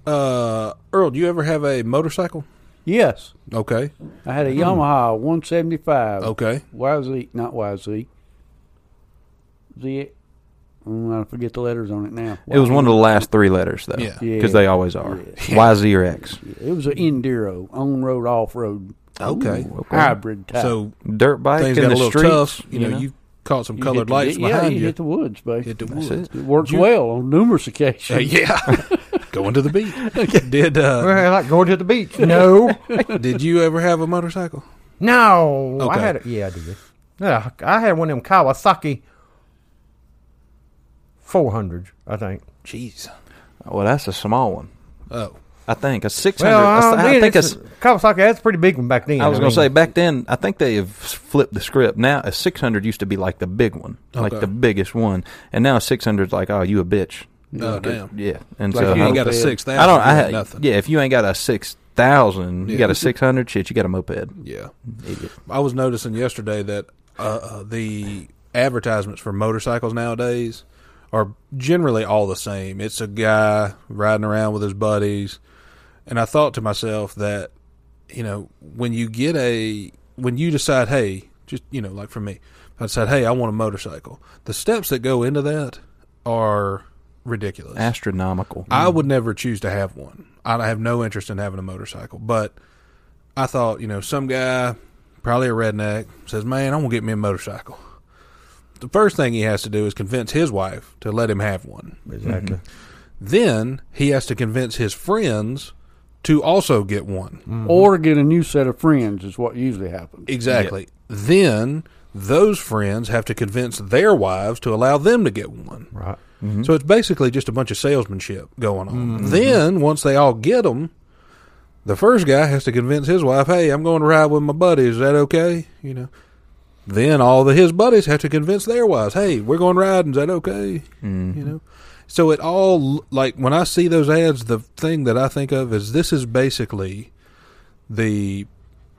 Speaker 2: Uh, Earl, do you ever have a motorcycle?
Speaker 4: Yes,
Speaker 2: Okay.
Speaker 4: I had a Yamaha 175.
Speaker 2: Okay.
Speaker 4: YZ, not YZ. Z. Mm, I forget the letters on it now.
Speaker 3: it was one of the last three letters, though.
Speaker 2: Yeah.
Speaker 4: Yeah.
Speaker 3: Because they always are. YZ or X.
Speaker 4: It was an enduro, on road, off road,
Speaker 2: Okay.
Speaker 4: hybrid type.
Speaker 2: So
Speaker 3: Dirt bike
Speaker 2: things
Speaker 3: in
Speaker 2: got a
Speaker 3: the
Speaker 2: little
Speaker 3: streets.
Speaker 2: tough. You, know, you caught some
Speaker 4: You hit
Speaker 2: colored
Speaker 4: the-
Speaker 2: lights
Speaker 4: yeah,
Speaker 2: behind
Speaker 4: you,
Speaker 2: you.
Speaker 4: hit the woods, babe.
Speaker 2: Hit
Speaker 4: It,
Speaker 2: the
Speaker 3: That's
Speaker 2: woods.
Speaker 4: worked
Speaker 2: You-
Speaker 4: well on numerous
Speaker 2: Uh,
Speaker 4: occasions.
Speaker 2: yeah, going to the beach. Did uh,
Speaker 1: Well, I like going to the beach. No,
Speaker 2: did you ever have a motorcycle?
Speaker 1: no. I
Speaker 2: Okay.
Speaker 1: had a, yeah, I did. Yeah, I had one of them Kawasaki four hundreds, I think.
Speaker 2: Jeez.
Speaker 3: Well, that's a small one.
Speaker 2: Oh.
Speaker 3: I think a six hundred.
Speaker 1: Well, I,
Speaker 3: I, think it's.
Speaker 1: Kawasaki. That's a pretty big one back then.
Speaker 3: I was
Speaker 1: mean,
Speaker 3: gonna say back then. I think they have flipped the script. Now a six hundred used to be like the big one,
Speaker 2: Okay.
Speaker 3: like the biggest one, and now a six hundred is like, oh, you a bitch.
Speaker 2: Oh, damn.
Speaker 3: Yeah, and
Speaker 2: Like
Speaker 3: so
Speaker 2: you
Speaker 3: I
Speaker 2: ain't got a
Speaker 3: don't-
Speaker 2: six thousand.
Speaker 3: I don't. I had,
Speaker 2: nothing.
Speaker 3: Yeah, if you ain't got a six thousand,
Speaker 2: Yeah.
Speaker 3: you got a six hundred. Shit, you got a moped.
Speaker 2: Yeah.
Speaker 3: Idiot.
Speaker 2: I was noticing yesterday that uh, uh, the advertisements for motorcycles nowadays are generally all the same. It's a guy riding around with his buddies, and I thought to myself that you know when you get a when you decide, hey, just you know, like for me, I decide, hey, I want a motorcycle. The steps that go into that are ridiculous.
Speaker 3: Astronomical.
Speaker 2: I would never choose to have one. I have no interest in having a motorcycle. But I thought, you know, some guy, probably a redneck, says, "Man, I'm gonna get me a motorcycle." The first thing he has to do is convince his wife to let him have one.
Speaker 1: exactly.
Speaker 2: Then he has to convince his friends to also get one.
Speaker 4: Or get a new set of friends is what usually happens.
Speaker 2: Exactly. Then those friends have to convince their wives to allow them to get one.
Speaker 1: Right.
Speaker 2: Mm-hmm. So it's basically just a bunch of salesmanship going on.
Speaker 3: Mm-hmm.
Speaker 2: Then once they all get them, the first guy has to convince his wife, "Hey, I'm going to ride with my buddies. Is that okay?" You know. Then all the his buddies have to convince their wives, "Hey, we're going riding. Is that okay?"
Speaker 3: Mm-hmm.
Speaker 2: You know. So it all like when I see those ads, the thing that I think of is this is basically the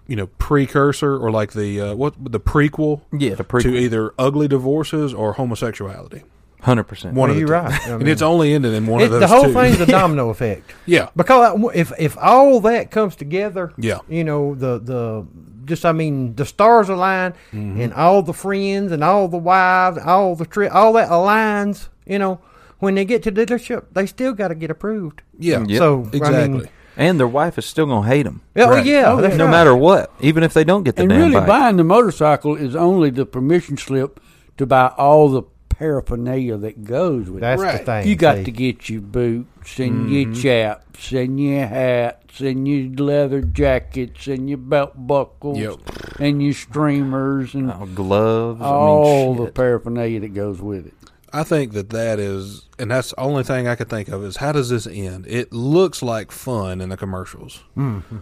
Speaker 2: you know precursor or like the uh, what the prequel
Speaker 3: yeah, the
Speaker 2: to
Speaker 3: pre
Speaker 2: either ugly divorces or homosexuality.
Speaker 3: hundred percent.
Speaker 2: One
Speaker 1: Well,
Speaker 2: of the
Speaker 1: you're
Speaker 2: two.
Speaker 1: right. I
Speaker 2: and
Speaker 1: mean-
Speaker 2: it's only ended in one
Speaker 1: It-
Speaker 2: of those.
Speaker 1: the whole
Speaker 2: two.
Speaker 1: thing's a domino effect.
Speaker 2: yeah,
Speaker 1: Because if if all that comes together,
Speaker 2: Yeah.
Speaker 1: you know the the just I mean the stars align
Speaker 2: Mm-hmm.
Speaker 1: and all the friends and all the wives, all the tri- all that aligns. You know when they get to dealership, they still got to get approved.
Speaker 2: yeah,
Speaker 3: Yep.
Speaker 1: Mm-hmm. So I mean,
Speaker 2: exactly.
Speaker 3: and their wife is still gonna hate them,
Speaker 1: yeah, oh,
Speaker 2: Right.
Speaker 1: yeah, that's
Speaker 3: no
Speaker 1: right.
Speaker 3: matter what, even if they don't get the
Speaker 4: And
Speaker 3: damn
Speaker 4: really,
Speaker 3: bike.
Speaker 4: buying the motorcycle is only the permission slip to buy all the paraphernalia that goes with
Speaker 1: That's
Speaker 2: Right.
Speaker 1: the thing.
Speaker 4: it. You got
Speaker 1: see.
Speaker 4: to get your boots and your chaps and your hats and your leather jackets and your belt buckles
Speaker 2: Yep.
Speaker 4: and your streamers and
Speaker 3: Oh, gloves.
Speaker 4: all
Speaker 3: I mean,
Speaker 4: the
Speaker 3: shit.
Speaker 4: paraphernalia that goes with it.
Speaker 2: I think that that is, and that's the only thing I could think of is how does this end? It looks like fun in the commercials.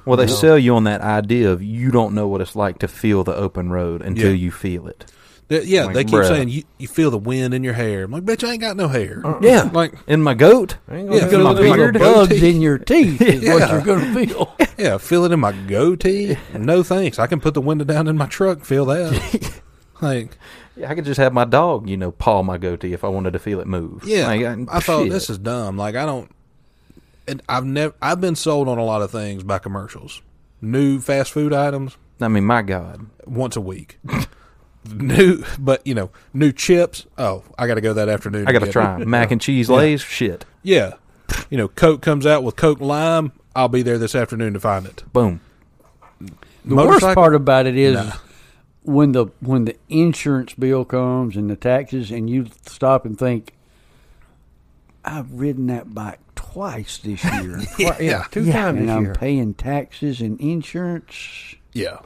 Speaker 3: well, they sell you on that idea of you don't know what it's like to feel the open road until
Speaker 2: Yeah.
Speaker 3: you feel it.
Speaker 2: That- yeah,
Speaker 3: Like,
Speaker 2: they keep
Speaker 3: bruh.
Speaker 2: saying you, you feel the wind in your hair. I'm like, bitch, I ain't got no hair.
Speaker 1: Uh-uh.
Speaker 3: Yeah,
Speaker 2: Like,
Speaker 3: in my goat.
Speaker 1: I ain't gonna
Speaker 2: Yeah,
Speaker 1: do
Speaker 2: good
Speaker 1: my
Speaker 2: looking
Speaker 1: big-
Speaker 2: Your
Speaker 4: Your
Speaker 2: booty.
Speaker 4: bugs in your teeth is what
Speaker 2: Yeah.
Speaker 4: you're going to feel.
Speaker 2: yeah, feel it in my goatee. no thanks. I can put the window down in my truck. Feel that. like,
Speaker 3: Yeah, I could just have my dog, you know, paw my goatee if I wanted to feel it move.
Speaker 2: Yeah,
Speaker 3: Like,
Speaker 2: I, thought
Speaker 3: shit.
Speaker 2: this is dumb. Like I don't, and I've never I've been sold on a lot of things by commercials. New fast food items
Speaker 3: I mean, my God.
Speaker 2: once a week. new, but you know, new chips. Oh, I got to go that afternoon. to
Speaker 3: I gotta
Speaker 2: get-
Speaker 3: try 'em. mac and cheese lays. Shit,
Speaker 2: Yeah, you know, Coke comes out with Coke Lime. I'll be there this afternoon to find it.
Speaker 3: boom.
Speaker 4: The
Speaker 2: Motorcycle-
Speaker 4: worst part about it is
Speaker 2: Nah.
Speaker 4: when the when the insurance bill comes and the taxes, and you stop and think, I've ridden that bike twice this year,
Speaker 1: Yeah,
Speaker 2: Yeah.
Speaker 1: two times
Speaker 4: and
Speaker 1: this
Speaker 4: I'm
Speaker 1: year.
Speaker 4: paying taxes and insurance.
Speaker 2: Yeah,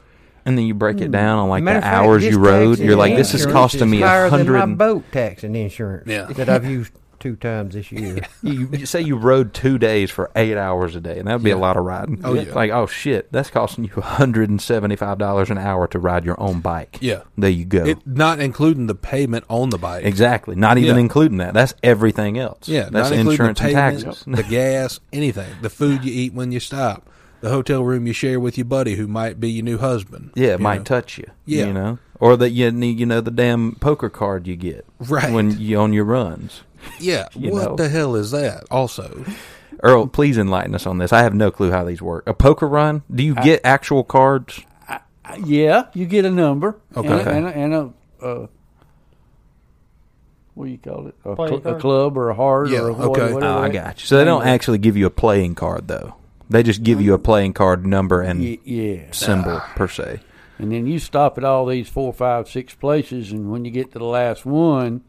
Speaker 3: And then you break it down on like
Speaker 1: Hmm. Matter
Speaker 3: the
Speaker 1: of fact,
Speaker 3: hours
Speaker 1: this
Speaker 3: you rode.
Speaker 1: tax
Speaker 3: You're like, this is
Speaker 1: insurance
Speaker 3: costing me
Speaker 1: higher
Speaker 3: a
Speaker 1: than my
Speaker 3: hundred.
Speaker 1: boat tax and insurance
Speaker 2: Yeah.
Speaker 1: that I've used two times this year.
Speaker 3: You, you say you rode two days for eight hours a day, and that'd be a lot of riding.
Speaker 2: Oh, yeah.
Speaker 3: Like, oh shit, that's costing you hundred and seventy-five dollars an hour to ride your own bike.
Speaker 2: Yeah.
Speaker 3: there you go.
Speaker 2: it not including the payment on the bike.
Speaker 3: exactly. Not even
Speaker 2: Yeah.
Speaker 3: including that. That's everything else.
Speaker 2: Yeah,
Speaker 3: that's
Speaker 2: not including
Speaker 3: insurance
Speaker 2: the
Speaker 3: and
Speaker 2: payment,
Speaker 3: taxes.
Speaker 2: the gas, anything, the food you eat when you stop, the hotel room you share with your buddy who might be your new husband.
Speaker 3: Yeah, it
Speaker 2: you
Speaker 3: might
Speaker 2: know.
Speaker 3: touch you.
Speaker 2: Yeah.
Speaker 3: you know, or that you need, you know, the damn poker card you get
Speaker 2: Right.
Speaker 3: when you on your runs.
Speaker 2: Yeah,
Speaker 3: you
Speaker 2: what
Speaker 3: know.
Speaker 2: the hell is that? Also,
Speaker 3: Earl, please enlighten us on this. I have no clue how these work. A poker run? Do you get actual cards?
Speaker 4: Uh, Yeah, you get a number. and a-
Speaker 2: Okay.
Speaker 4: and a, and a, uh, what do you call it? A,
Speaker 1: Playing
Speaker 4: cl- a
Speaker 1: card?
Speaker 4: club or a heart
Speaker 2: Yeah,
Speaker 4: or a what-
Speaker 2: okay.
Speaker 4: whatever.
Speaker 3: Oh, I
Speaker 4: that-
Speaker 3: got you. So they don't actually give you a playing card though. They just give you a playing card number and
Speaker 4: Y- yeah.
Speaker 3: symbol per se.
Speaker 4: And then you stop at all these four, five, six places, and when you get to the last one,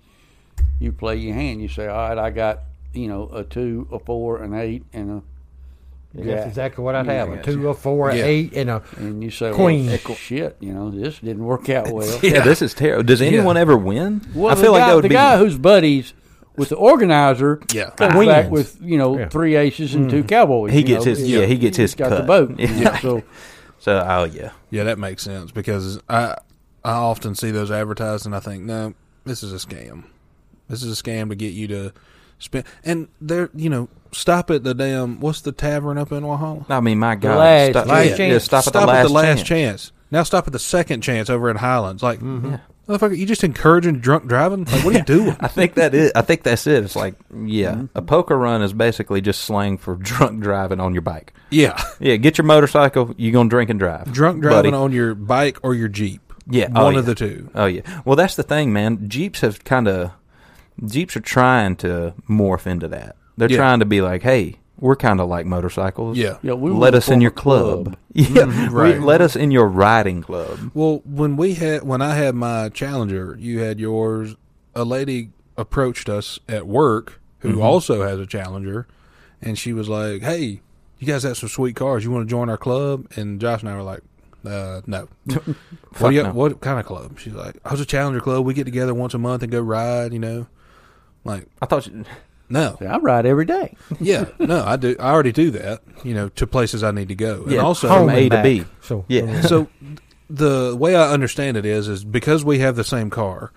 Speaker 4: you play your hand. You say, "All right, I got you know a two, a four, an eight, and a
Speaker 1: That's
Speaker 4: jack."
Speaker 1: exactly what I'd have.
Speaker 3: I
Speaker 1: A
Speaker 3: got
Speaker 1: two, a four, a
Speaker 2: Yeah.
Speaker 1: eight, and a
Speaker 4: And you say,
Speaker 1: Queen.
Speaker 4: well, shit, you know this didn't work out well."
Speaker 3: Yeah, this is terrible. Does anyone ever win?
Speaker 4: Well,
Speaker 3: I feel
Speaker 4: the
Speaker 3: like
Speaker 4: guy,
Speaker 3: that would
Speaker 4: the
Speaker 3: be
Speaker 4: guy whose buddies With the organizer,
Speaker 2: Yeah.
Speaker 4: comes
Speaker 1: Wins.
Speaker 4: back with you know
Speaker 1: Yeah.
Speaker 4: three aces and two cowboys.
Speaker 3: Mm. He
Speaker 4: you
Speaker 3: gets
Speaker 4: know,
Speaker 3: his- yeah, he gets his
Speaker 4: got the
Speaker 3: cut.
Speaker 4: boat.
Speaker 3: Yeah.
Speaker 4: Yeah, so
Speaker 3: So oh yeah,
Speaker 2: Yeah, that makes sense because I I often see those advertised and I think, no, this is a scam. This is a scam to get you to spend. And they're you know stop at the damn what's the tavern up in Wahala?
Speaker 3: I mean my God,
Speaker 4: last-
Speaker 3: stop,
Speaker 4: last
Speaker 3: yeah,
Speaker 4: chance.
Speaker 3: yeah, stop at the last, chance.
Speaker 2: chance. Now stop at the second chance over in Highlands. Like,
Speaker 3: Mm-hmm.
Speaker 2: motherfucker, you just encouraging drunk driving? Like, what are you doing?
Speaker 3: I think that is. I think that's it. It's like yeah, a poker run is basically just slang for drunk driving on your bike.
Speaker 2: yeah,
Speaker 3: Yeah, get your motorcycle. You gonna drink and drive.
Speaker 2: drunk
Speaker 3: buddy.
Speaker 2: driving on your bike or your jeep.
Speaker 3: Yeah,
Speaker 2: one
Speaker 3: oh,
Speaker 2: of
Speaker 3: yeah.
Speaker 2: the two.
Speaker 3: Oh yeah. Well, that's the thing, man. Jeeps have kind of Jeeps are trying to morph into that. They're
Speaker 2: Yeah.
Speaker 3: trying to be like, hey, we're kind of like motorcycles.
Speaker 2: Yeah. Mm-hmm.
Speaker 4: yeah, we
Speaker 3: let
Speaker 4: wanna
Speaker 3: us in
Speaker 4: form
Speaker 3: your
Speaker 4: a
Speaker 3: club. Yeah,
Speaker 2: right.
Speaker 3: we, let us in your riding club.
Speaker 2: Well, when we had when I had my Challenger, you had yours. A lady approached us at work who
Speaker 3: Mm-hmm.
Speaker 2: also has a Challenger, and she was like, "Hey, you guys have some sweet cars. You want to join our club?" And Josh and I were like, uh, "No." what,
Speaker 3: Fuck
Speaker 2: do you,
Speaker 3: no.
Speaker 2: what kind of club? She's like, "I was a Challenger club. We get together once a month and go ride." You know, like
Speaker 3: I thought you,
Speaker 2: no,
Speaker 4: I ride every day.
Speaker 2: yeah, no, I do. I already do that. You know, to places I need to go, and
Speaker 3: Yeah,
Speaker 2: also
Speaker 3: home
Speaker 1: Home
Speaker 3: A
Speaker 1: and
Speaker 3: to
Speaker 1: back.
Speaker 3: B.
Speaker 1: So
Speaker 3: yeah,
Speaker 2: so the way I understand it is is because we have the same car,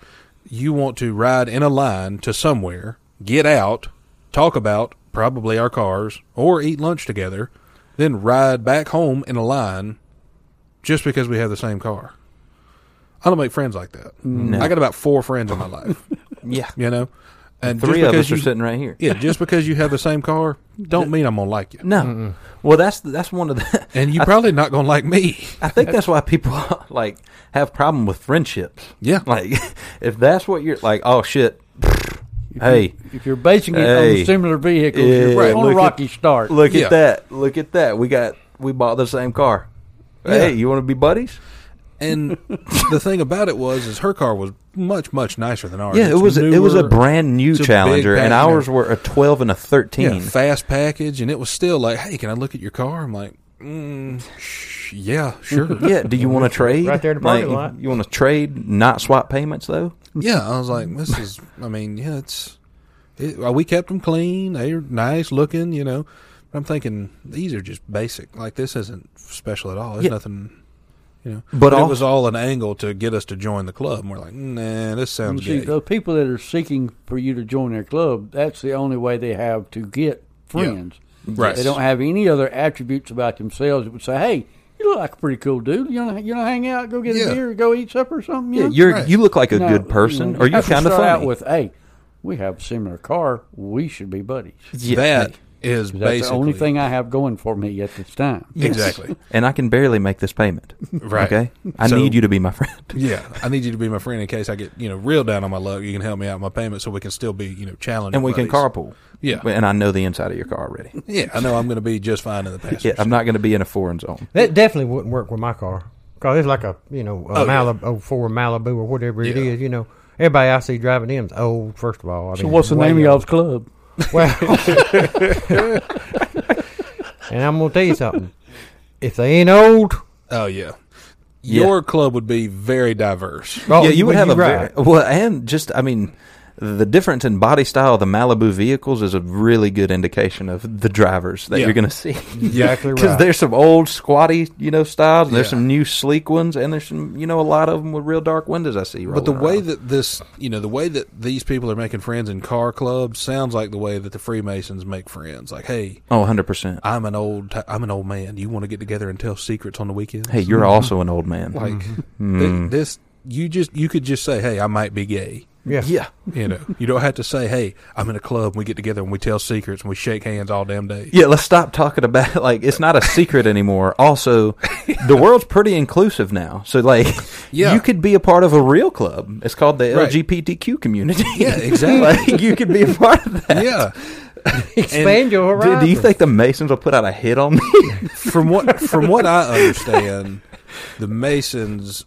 Speaker 2: you want to ride in a line to somewhere, get out, talk about probably our cars, or eat lunch together, then ride back home in a line just because we have the same car. I don't make friends like that. I got about four friends in my life.
Speaker 3: yeah.
Speaker 2: You know? And
Speaker 3: Three
Speaker 2: just
Speaker 3: of
Speaker 2: because
Speaker 3: us are
Speaker 2: you-
Speaker 3: sitting right here.
Speaker 2: Yeah, just because you have the same car don't mean I'm gonna like you.
Speaker 3: No. Well, that's that's one of the.
Speaker 2: And
Speaker 3: I
Speaker 2: you're probably not gonna like me.
Speaker 3: I think that's why people like have problem with friendships.
Speaker 2: Yeah.
Speaker 3: Like if that's what you're like, oh shit. hey,
Speaker 4: If you're basing it
Speaker 3: Hey.
Speaker 4: on similar vehicles,
Speaker 3: Yeah,
Speaker 4: you're on
Speaker 3: look
Speaker 4: a
Speaker 3: at-
Speaker 4: rocky start.
Speaker 3: look
Speaker 2: Yeah.
Speaker 3: at that. Look at that. We got we bought the same car. Hey,
Speaker 2: Yeah.
Speaker 3: you want to be buddies?
Speaker 2: And the thing about it was, is her car was much much nicer than ours.
Speaker 3: Yeah, it
Speaker 2: It's
Speaker 3: was it was a
Speaker 2: newer,
Speaker 3: brand new
Speaker 2: it's a big
Speaker 3: Challenger, and
Speaker 2: package.
Speaker 3: ours were a twelve and a
Speaker 2: yeah,
Speaker 3: thirteen.
Speaker 2: fast package, and it was still like, hey, can I look at your car? I'm like, mm, sh- yeah, sure.
Speaker 3: Yeah, do you want to trade?
Speaker 1: Right there in the
Speaker 3: Like,
Speaker 1: parking lot.
Speaker 3: You want to trade, not swap payments though.
Speaker 2: yeah, I was like, this is. I mean, yeah, it's. It, well, we kept them clean. They were nice looking, you know. But I'm thinking these are just basic. Like this isn't special at all. There's
Speaker 3: Yeah.
Speaker 2: nothing. You know,
Speaker 3: But
Speaker 2: it
Speaker 3: al-
Speaker 2: was all an angle to get us to join the club. And we're like, nah, this sounds
Speaker 4: See,
Speaker 2: gay.
Speaker 4: the people that are seeking for you to join their club, that's the only way they have to get friends.
Speaker 2: Right.
Speaker 4: They don't have any other attributes about themselves that would say, "Hey, you look like a pretty cool dude. You know, you know, hang out, go get
Speaker 2: Yeah.
Speaker 4: a beer, go eat supper or something." You
Speaker 3: Yeah,
Speaker 4: know?
Speaker 3: you're
Speaker 2: Right.
Speaker 3: you look like a
Speaker 4: No,
Speaker 3: good person, or you
Speaker 4: have to
Speaker 3: kind of
Speaker 4: start out
Speaker 3: funny.
Speaker 4: with, "Hey, we have a similar car. We should be buddies."
Speaker 3: Yeah.
Speaker 2: That is
Speaker 4: That's
Speaker 2: basically
Speaker 4: the only thing I have going for me at this time.
Speaker 2: Exactly.
Speaker 3: and I can barely make this payment.
Speaker 2: Right.
Speaker 3: Okay, I
Speaker 2: So-
Speaker 3: need you to be my friend.
Speaker 2: Yeah, I need you to be my friend in case I get you know real down on my luck. You can help me out with my payment so we can still be you know challenged.
Speaker 3: and we can carpool.
Speaker 2: Yeah.
Speaker 3: and I know the inside of your car already.
Speaker 2: Yeah, I know I'm going to be just fine in the past.
Speaker 3: Yeah, I'm not going to be in a foreign zone.
Speaker 1: That definitely wouldn't work with my car because it's like a you know a
Speaker 2: Oh, yeah.
Speaker 1: Malibu oh, for Malibu or whatever it is.
Speaker 2: Yeah.
Speaker 1: You know, everybody I see driving them's old. First of all, I
Speaker 4: So,
Speaker 1: mean,
Speaker 4: what's the
Speaker 1: way
Speaker 4: name
Speaker 1: old.
Speaker 4: of y'all's club?
Speaker 1: Well, and I'm gonna tell you something. If they ain't old,
Speaker 2: Oh yeah.
Speaker 3: Yeah.
Speaker 2: Your club would be very diverse.
Speaker 1: oh,
Speaker 3: yeah, you would
Speaker 1: well,
Speaker 3: have a
Speaker 1: you're
Speaker 3: very-
Speaker 1: right.
Speaker 3: well, and just I mean, the difference in body style of the Malibu vehicles is a really good indication of the drivers that
Speaker 2: Yeah.
Speaker 3: you're going to see.
Speaker 1: exactly
Speaker 3: Because
Speaker 1: right.
Speaker 3: there's some old squatty, you know, styles, and there's
Speaker 2: Yeah.
Speaker 3: some new sleek ones, and there's some, you know, a lot of them with real dark windows. I see.
Speaker 2: But the
Speaker 3: rolling
Speaker 2: way
Speaker 3: around.
Speaker 2: that this, you know, the way that these people are making friends in car clubs sounds like the way that the Freemasons make friends. Like, hey,
Speaker 3: oh, 100 percent.
Speaker 2: I'm an old, t- I'm an old man. Do you want to get together and tell secrets on the weekends?
Speaker 3: Hey, you're Mm. also an old man.
Speaker 2: Mm-hmm.
Speaker 3: Mm-hmm.
Speaker 2: like th- this. You just, you could just say, hey, I might be gay.
Speaker 1: Yeah.
Speaker 3: yeah,
Speaker 2: You know, you don't have to say, "Hey, I'm in a club. and We get together and we tell secrets and we shake hands all damn day."
Speaker 3: yeah. Let's stop talking about like it's not a secret anymore. Also, the world's pretty inclusive now, so like
Speaker 2: Yeah.
Speaker 3: you could be a part of a real club. It's called the
Speaker 2: Right.
Speaker 3: LGBTQ community.
Speaker 2: Yeah, exactly.
Speaker 3: like you could be a part of that.
Speaker 2: Yeah.
Speaker 1: Expand your
Speaker 3: Do,
Speaker 1: horizon.
Speaker 3: do you think the Masons will put out a hit on me?
Speaker 2: From what from what I understand, the Masons,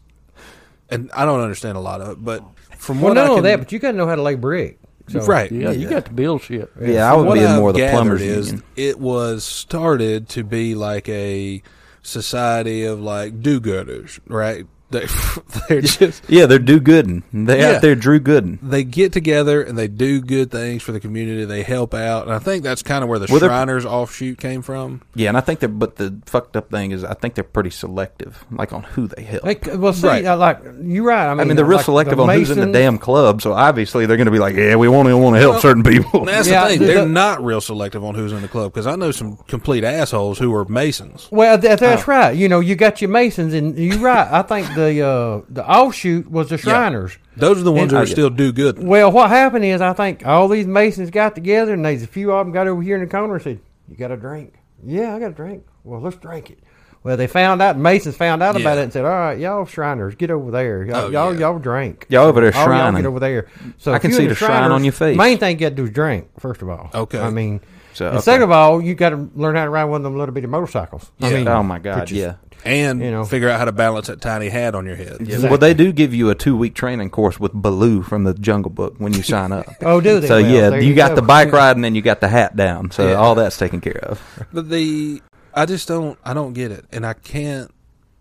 Speaker 2: and I don't understand a lot of it, but from
Speaker 1: Well,
Speaker 2: what
Speaker 1: not
Speaker 2: I
Speaker 1: only
Speaker 2: can,
Speaker 1: that, but you got to know how to lay brick. So,
Speaker 2: right?
Speaker 4: Yeah, you got to build shit.
Speaker 3: yeah, I
Speaker 2: From
Speaker 3: would
Speaker 2: what
Speaker 3: be in
Speaker 2: I've
Speaker 3: more of the
Speaker 2: gathered
Speaker 3: plumbers
Speaker 2: is
Speaker 3: union.
Speaker 2: It was started to be like a society of like do-gooders, right? They, they're just
Speaker 3: Yeah, they're do gooden. They
Speaker 2: Yeah.
Speaker 3: out there Drew Gooden.
Speaker 2: they get together and they do good things for the community. They help out, and I think that's kind of where the
Speaker 3: Well, they're-
Speaker 2: Shriners offshoot came from.
Speaker 3: Yeah, and I think they're but the fucked up thing is I think they're pretty selective, like on who they help.
Speaker 1: They, c- well, see,
Speaker 2: Right.
Speaker 1: I like you're right. I mean,
Speaker 3: I mean, they're real
Speaker 1: like
Speaker 3: selective
Speaker 1: the
Speaker 3: on who's in the
Speaker 1: Masons-
Speaker 3: damn club, so obviously they're going to be like, yeah, we only want to help certain people.
Speaker 2: That's
Speaker 1: Yeah,
Speaker 2: the thing;
Speaker 1: the-
Speaker 2: they're
Speaker 1: the-
Speaker 2: not real selective on who's in the club because I know some complete assholes who are Masons.
Speaker 1: Well, tha- that's right. You know, you got your Masons, and you're right. I think the uh, the offshoot was the Shriners.
Speaker 2: Those are the ones
Speaker 1: And-
Speaker 2: who
Speaker 1: Oh,
Speaker 2: are
Speaker 1: yeah.
Speaker 2: still do good.
Speaker 1: Well, what happened is I think all these Masons got together, and there's a few of them got over here in the corner and said, "You got a drink? Yeah, I got a drink. Well, let's drink it." Well, they found out. Masons found out about
Speaker 2: Yeah.
Speaker 1: it and said, "All right, y'all Shriners, get over there. Y'all,
Speaker 2: Oh,
Speaker 1: y'all,
Speaker 2: yeah.
Speaker 1: y'all drink.
Speaker 3: Y'all over there
Speaker 1: All Y'all
Speaker 3: shrining.
Speaker 1: get over there. So
Speaker 3: I
Speaker 1: if
Speaker 3: can
Speaker 1: you
Speaker 3: see
Speaker 1: in
Speaker 3: the shrine on your face.
Speaker 1: Main thing you got to do is drink first of all.
Speaker 2: Okay.
Speaker 1: I mean,
Speaker 3: So,
Speaker 1: and
Speaker 3: okay.
Speaker 1: second of all, you got to learn how to ride one of them little bitty motorcycles. I
Speaker 2: Yeah.
Speaker 1: mean,
Speaker 3: Oh my God!
Speaker 1: which is-
Speaker 3: yeah.
Speaker 2: And
Speaker 1: You know.
Speaker 2: figure out how to balance that tiny hat on your head.
Speaker 1: Exactly.
Speaker 3: Well, they do give you a two-week training course with Baloo from the Jungle Book when you sign up.
Speaker 1: Oh, do they?
Speaker 3: So
Speaker 1: Well,
Speaker 3: yeah,
Speaker 1: there
Speaker 3: you,
Speaker 1: you
Speaker 3: got
Speaker 1: go.
Speaker 3: the bike ride and then you got the hat down. So
Speaker 2: Yeah.
Speaker 3: all that's taken care of.
Speaker 2: But the I just don't I don't get it, and I can't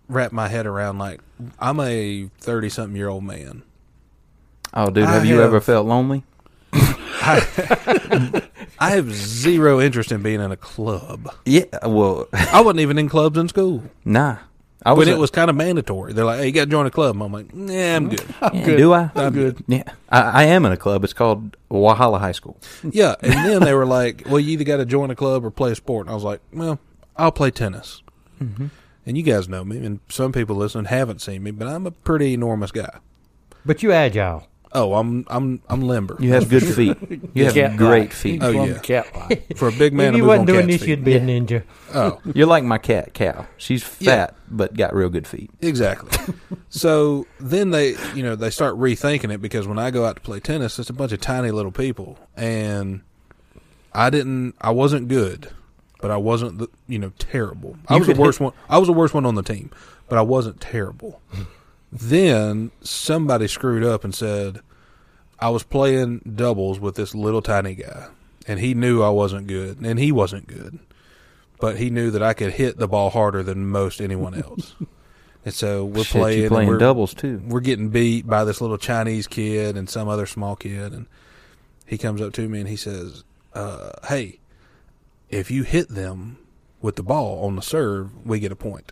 Speaker 2: wrap my head around like I'm a thirty something year old man.
Speaker 3: Oh, dude,
Speaker 2: I
Speaker 3: have you
Speaker 2: have-
Speaker 3: ever felt lonely?
Speaker 2: I have zero interest in being in a club.
Speaker 3: Yeah. Well,
Speaker 2: I wasn't even in clubs in school
Speaker 3: nah. I
Speaker 2: when
Speaker 3: was,
Speaker 2: it was kind of mandatory. They're like, "Hey, you got to join a club." I'm like, "Yeah, I'm good."
Speaker 3: yeah, Do I?
Speaker 2: I'm good.
Speaker 3: Yeah, I, I am in a club. It's called Wahala High School.
Speaker 2: yeah, and then they were like, "Well, you either got to join a club or play a sport." And I was like, "Well, I'll play tennis." And you guys know me, and some people listening haven't seen me, but I'm a pretty enormous guy.
Speaker 1: But you agile.
Speaker 2: Oh, I'm I'm I'm limber.
Speaker 3: You have good feet. You have
Speaker 4: Cat
Speaker 3: great
Speaker 4: life.
Speaker 3: feet.
Speaker 2: Oh,
Speaker 4: From
Speaker 2: yeah.
Speaker 4: Cat life.
Speaker 2: for a big man.
Speaker 1: if
Speaker 2: I
Speaker 1: you
Speaker 2: move
Speaker 1: wasn't
Speaker 2: on
Speaker 1: doing
Speaker 2: cat's
Speaker 1: this,
Speaker 2: feet.
Speaker 1: you'd be a ninja.
Speaker 2: Oh,
Speaker 3: You're like my cat Cow. She's
Speaker 2: Yeah.
Speaker 3: fat but got real good feet.
Speaker 2: exactly. so then they, you know, they start rethinking it because when I go out to play tennis, it's a bunch of tiny little people, and I didn't, I wasn't good, but I wasn't, the, you know, terrible. I
Speaker 3: You
Speaker 2: was the
Speaker 3: could hit-
Speaker 2: worst one. I was the worst one on the team, but I wasn't terrible. then somebody screwed up and said, I was playing doubles with this little tiny guy, and he knew I wasn't good, and he wasn't good, but he knew that I could hit the ball harder than most anyone else. and so we're
Speaker 3: Shit,
Speaker 2: playing,
Speaker 3: you
Speaker 2: and
Speaker 3: playing
Speaker 2: we're,
Speaker 3: doubles too.
Speaker 2: We're getting beat by this little Chinese kid and some other small kid, and he comes up to me and he says, uh, "Hey, if you hit them with the ball on the serve, we get a point."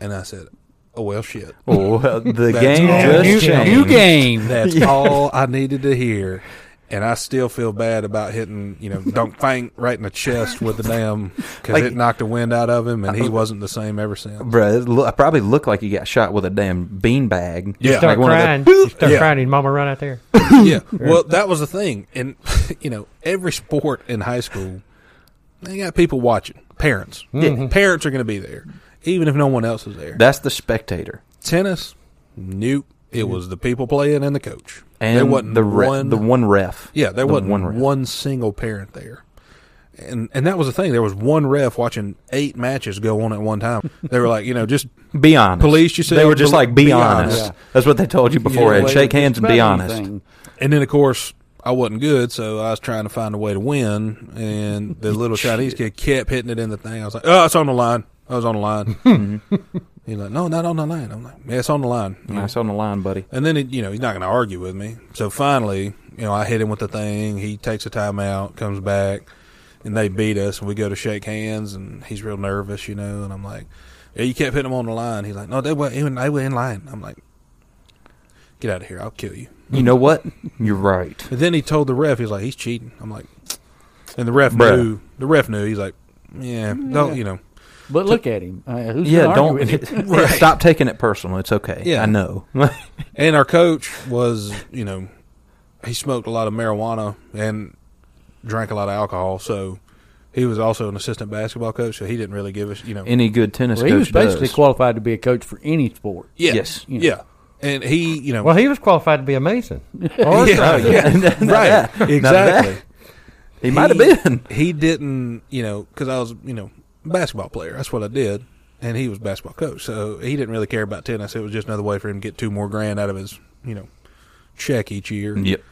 Speaker 2: And I said, "Oh well, shit."
Speaker 3: Oh, well, the
Speaker 2: That's
Speaker 3: game
Speaker 2: all.
Speaker 3: just
Speaker 4: New,
Speaker 3: changed.
Speaker 4: new game.
Speaker 2: That's all I needed to hear. And I still feel bad about hitting, you know, Dunk Fang right in the chest with the damn because
Speaker 3: Like- Uh-huh.
Speaker 2: it knocked the wind out of him, and he wasn't the same ever since.
Speaker 3: Bruh, it loo- I probably look like you got shot with a damn beanbag.
Speaker 2: Yeah.
Speaker 1: Start
Speaker 3: like one of the-
Speaker 1: crying. You start
Speaker 2: Yeah.
Speaker 1: crying. And mama run out there.
Speaker 2: yeah. Well, that was the thing, and you know, every sport in high school, they got people watching. Parents,
Speaker 3: Mm-hmm.
Speaker 2: parents are going to be there, even if no one else is there.
Speaker 3: That's the spectator.
Speaker 2: Tennis, nope. It was the people playing and the coach.
Speaker 3: And
Speaker 2: there wasn't
Speaker 3: the re-
Speaker 2: one
Speaker 3: the one ref.
Speaker 2: Yeah, there
Speaker 3: The
Speaker 2: wasn't
Speaker 3: one
Speaker 2: one,
Speaker 3: ref.
Speaker 2: single parent there. And and that was the thing. There was one ref watching eight matches go on at one time. They were like, you know, just
Speaker 3: Be honest.
Speaker 2: Police, you said-
Speaker 3: They were just
Speaker 2: Be-
Speaker 3: like, be,
Speaker 2: be
Speaker 3: honest.
Speaker 2: honest.
Speaker 3: That's what they told you before.
Speaker 4: Yeah,
Speaker 3: Ed.
Speaker 4: way
Speaker 3: Shake
Speaker 4: to
Speaker 3: hands and be
Speaker 4: describe
Speaker 3: honest.
Speaker 4: anything.
Speaker 2: and then of course I wasn't good, so I was trying to find a way to win. And the little Chinese kid kept hitting it in the thing. I was like, oh, it's on the line. I was on the line. He's like, no, not on the line. I'm like, yeah, it's on the line.
Speaker 3: Nice on the line, buddy.
Speaker 2: And then, it, you know, he's not going to argue with me. So finally, you know, I hit him with the thing. He takes a timeout, comes back, and they beat us. And we go to shake hands, and he's real nervous, you know. And I'm like, yeah, you kept hitting him on the line. He's like, no, they were, in, they were in line. I'm like, get out of here. I'll kill you.
Speaker 3: You know what? You're right.
Speaker 2: And then he told the ref, he's like, he's cheating. I'm like, and the ref
Speaker 3: Bruh.
Speaker 2: knew. The ref knew. He's like, yeah, don't, you know.
Speaker 4: But look at him. Uh, who's
Speaker 3: yeah,
Speaker 4: gonna argue
Speaker 3: don't
Speaker 4: with him?
Speaker 3: stop taking it personal. It's okay.
Speaker 2: Yeah.
Speaker 3: I know.
Speaker 2: And our coach was, you know, he smoked a lot of marijuana and drank a lot of alcohol. So he was also an assistant basketball coach. So he didn't really give us, you know.
Speaker 3: Any good tennis
Speaker 4: Well, he was
Speaker 3: coach
Speaker 4: basically
Speaker 3: does.
Speaker 4: qualified to be a coach for any sport.
Speaker 2: yeah,
Speaker 3: yes.
Speaker 2: Yeah. And he, you know.
Speaker 1: Well, he was qualified to be a Mason. Or
Speaker 2: Yeah,
Speaker 1: something.
Speaker 2: yeah,
Speaker 3: Now that-
Speaker 2: right. Exactly.
Speaker 3: He might have been.
Speaker 2: He didn't, you know, because I was, you know, a basketball player. That's what I did. And he was a basketball coach. So he didn't really care about tennis. It was just another way for him to get two more grand out of his, you know, check each year.
Speaker 3: Yep.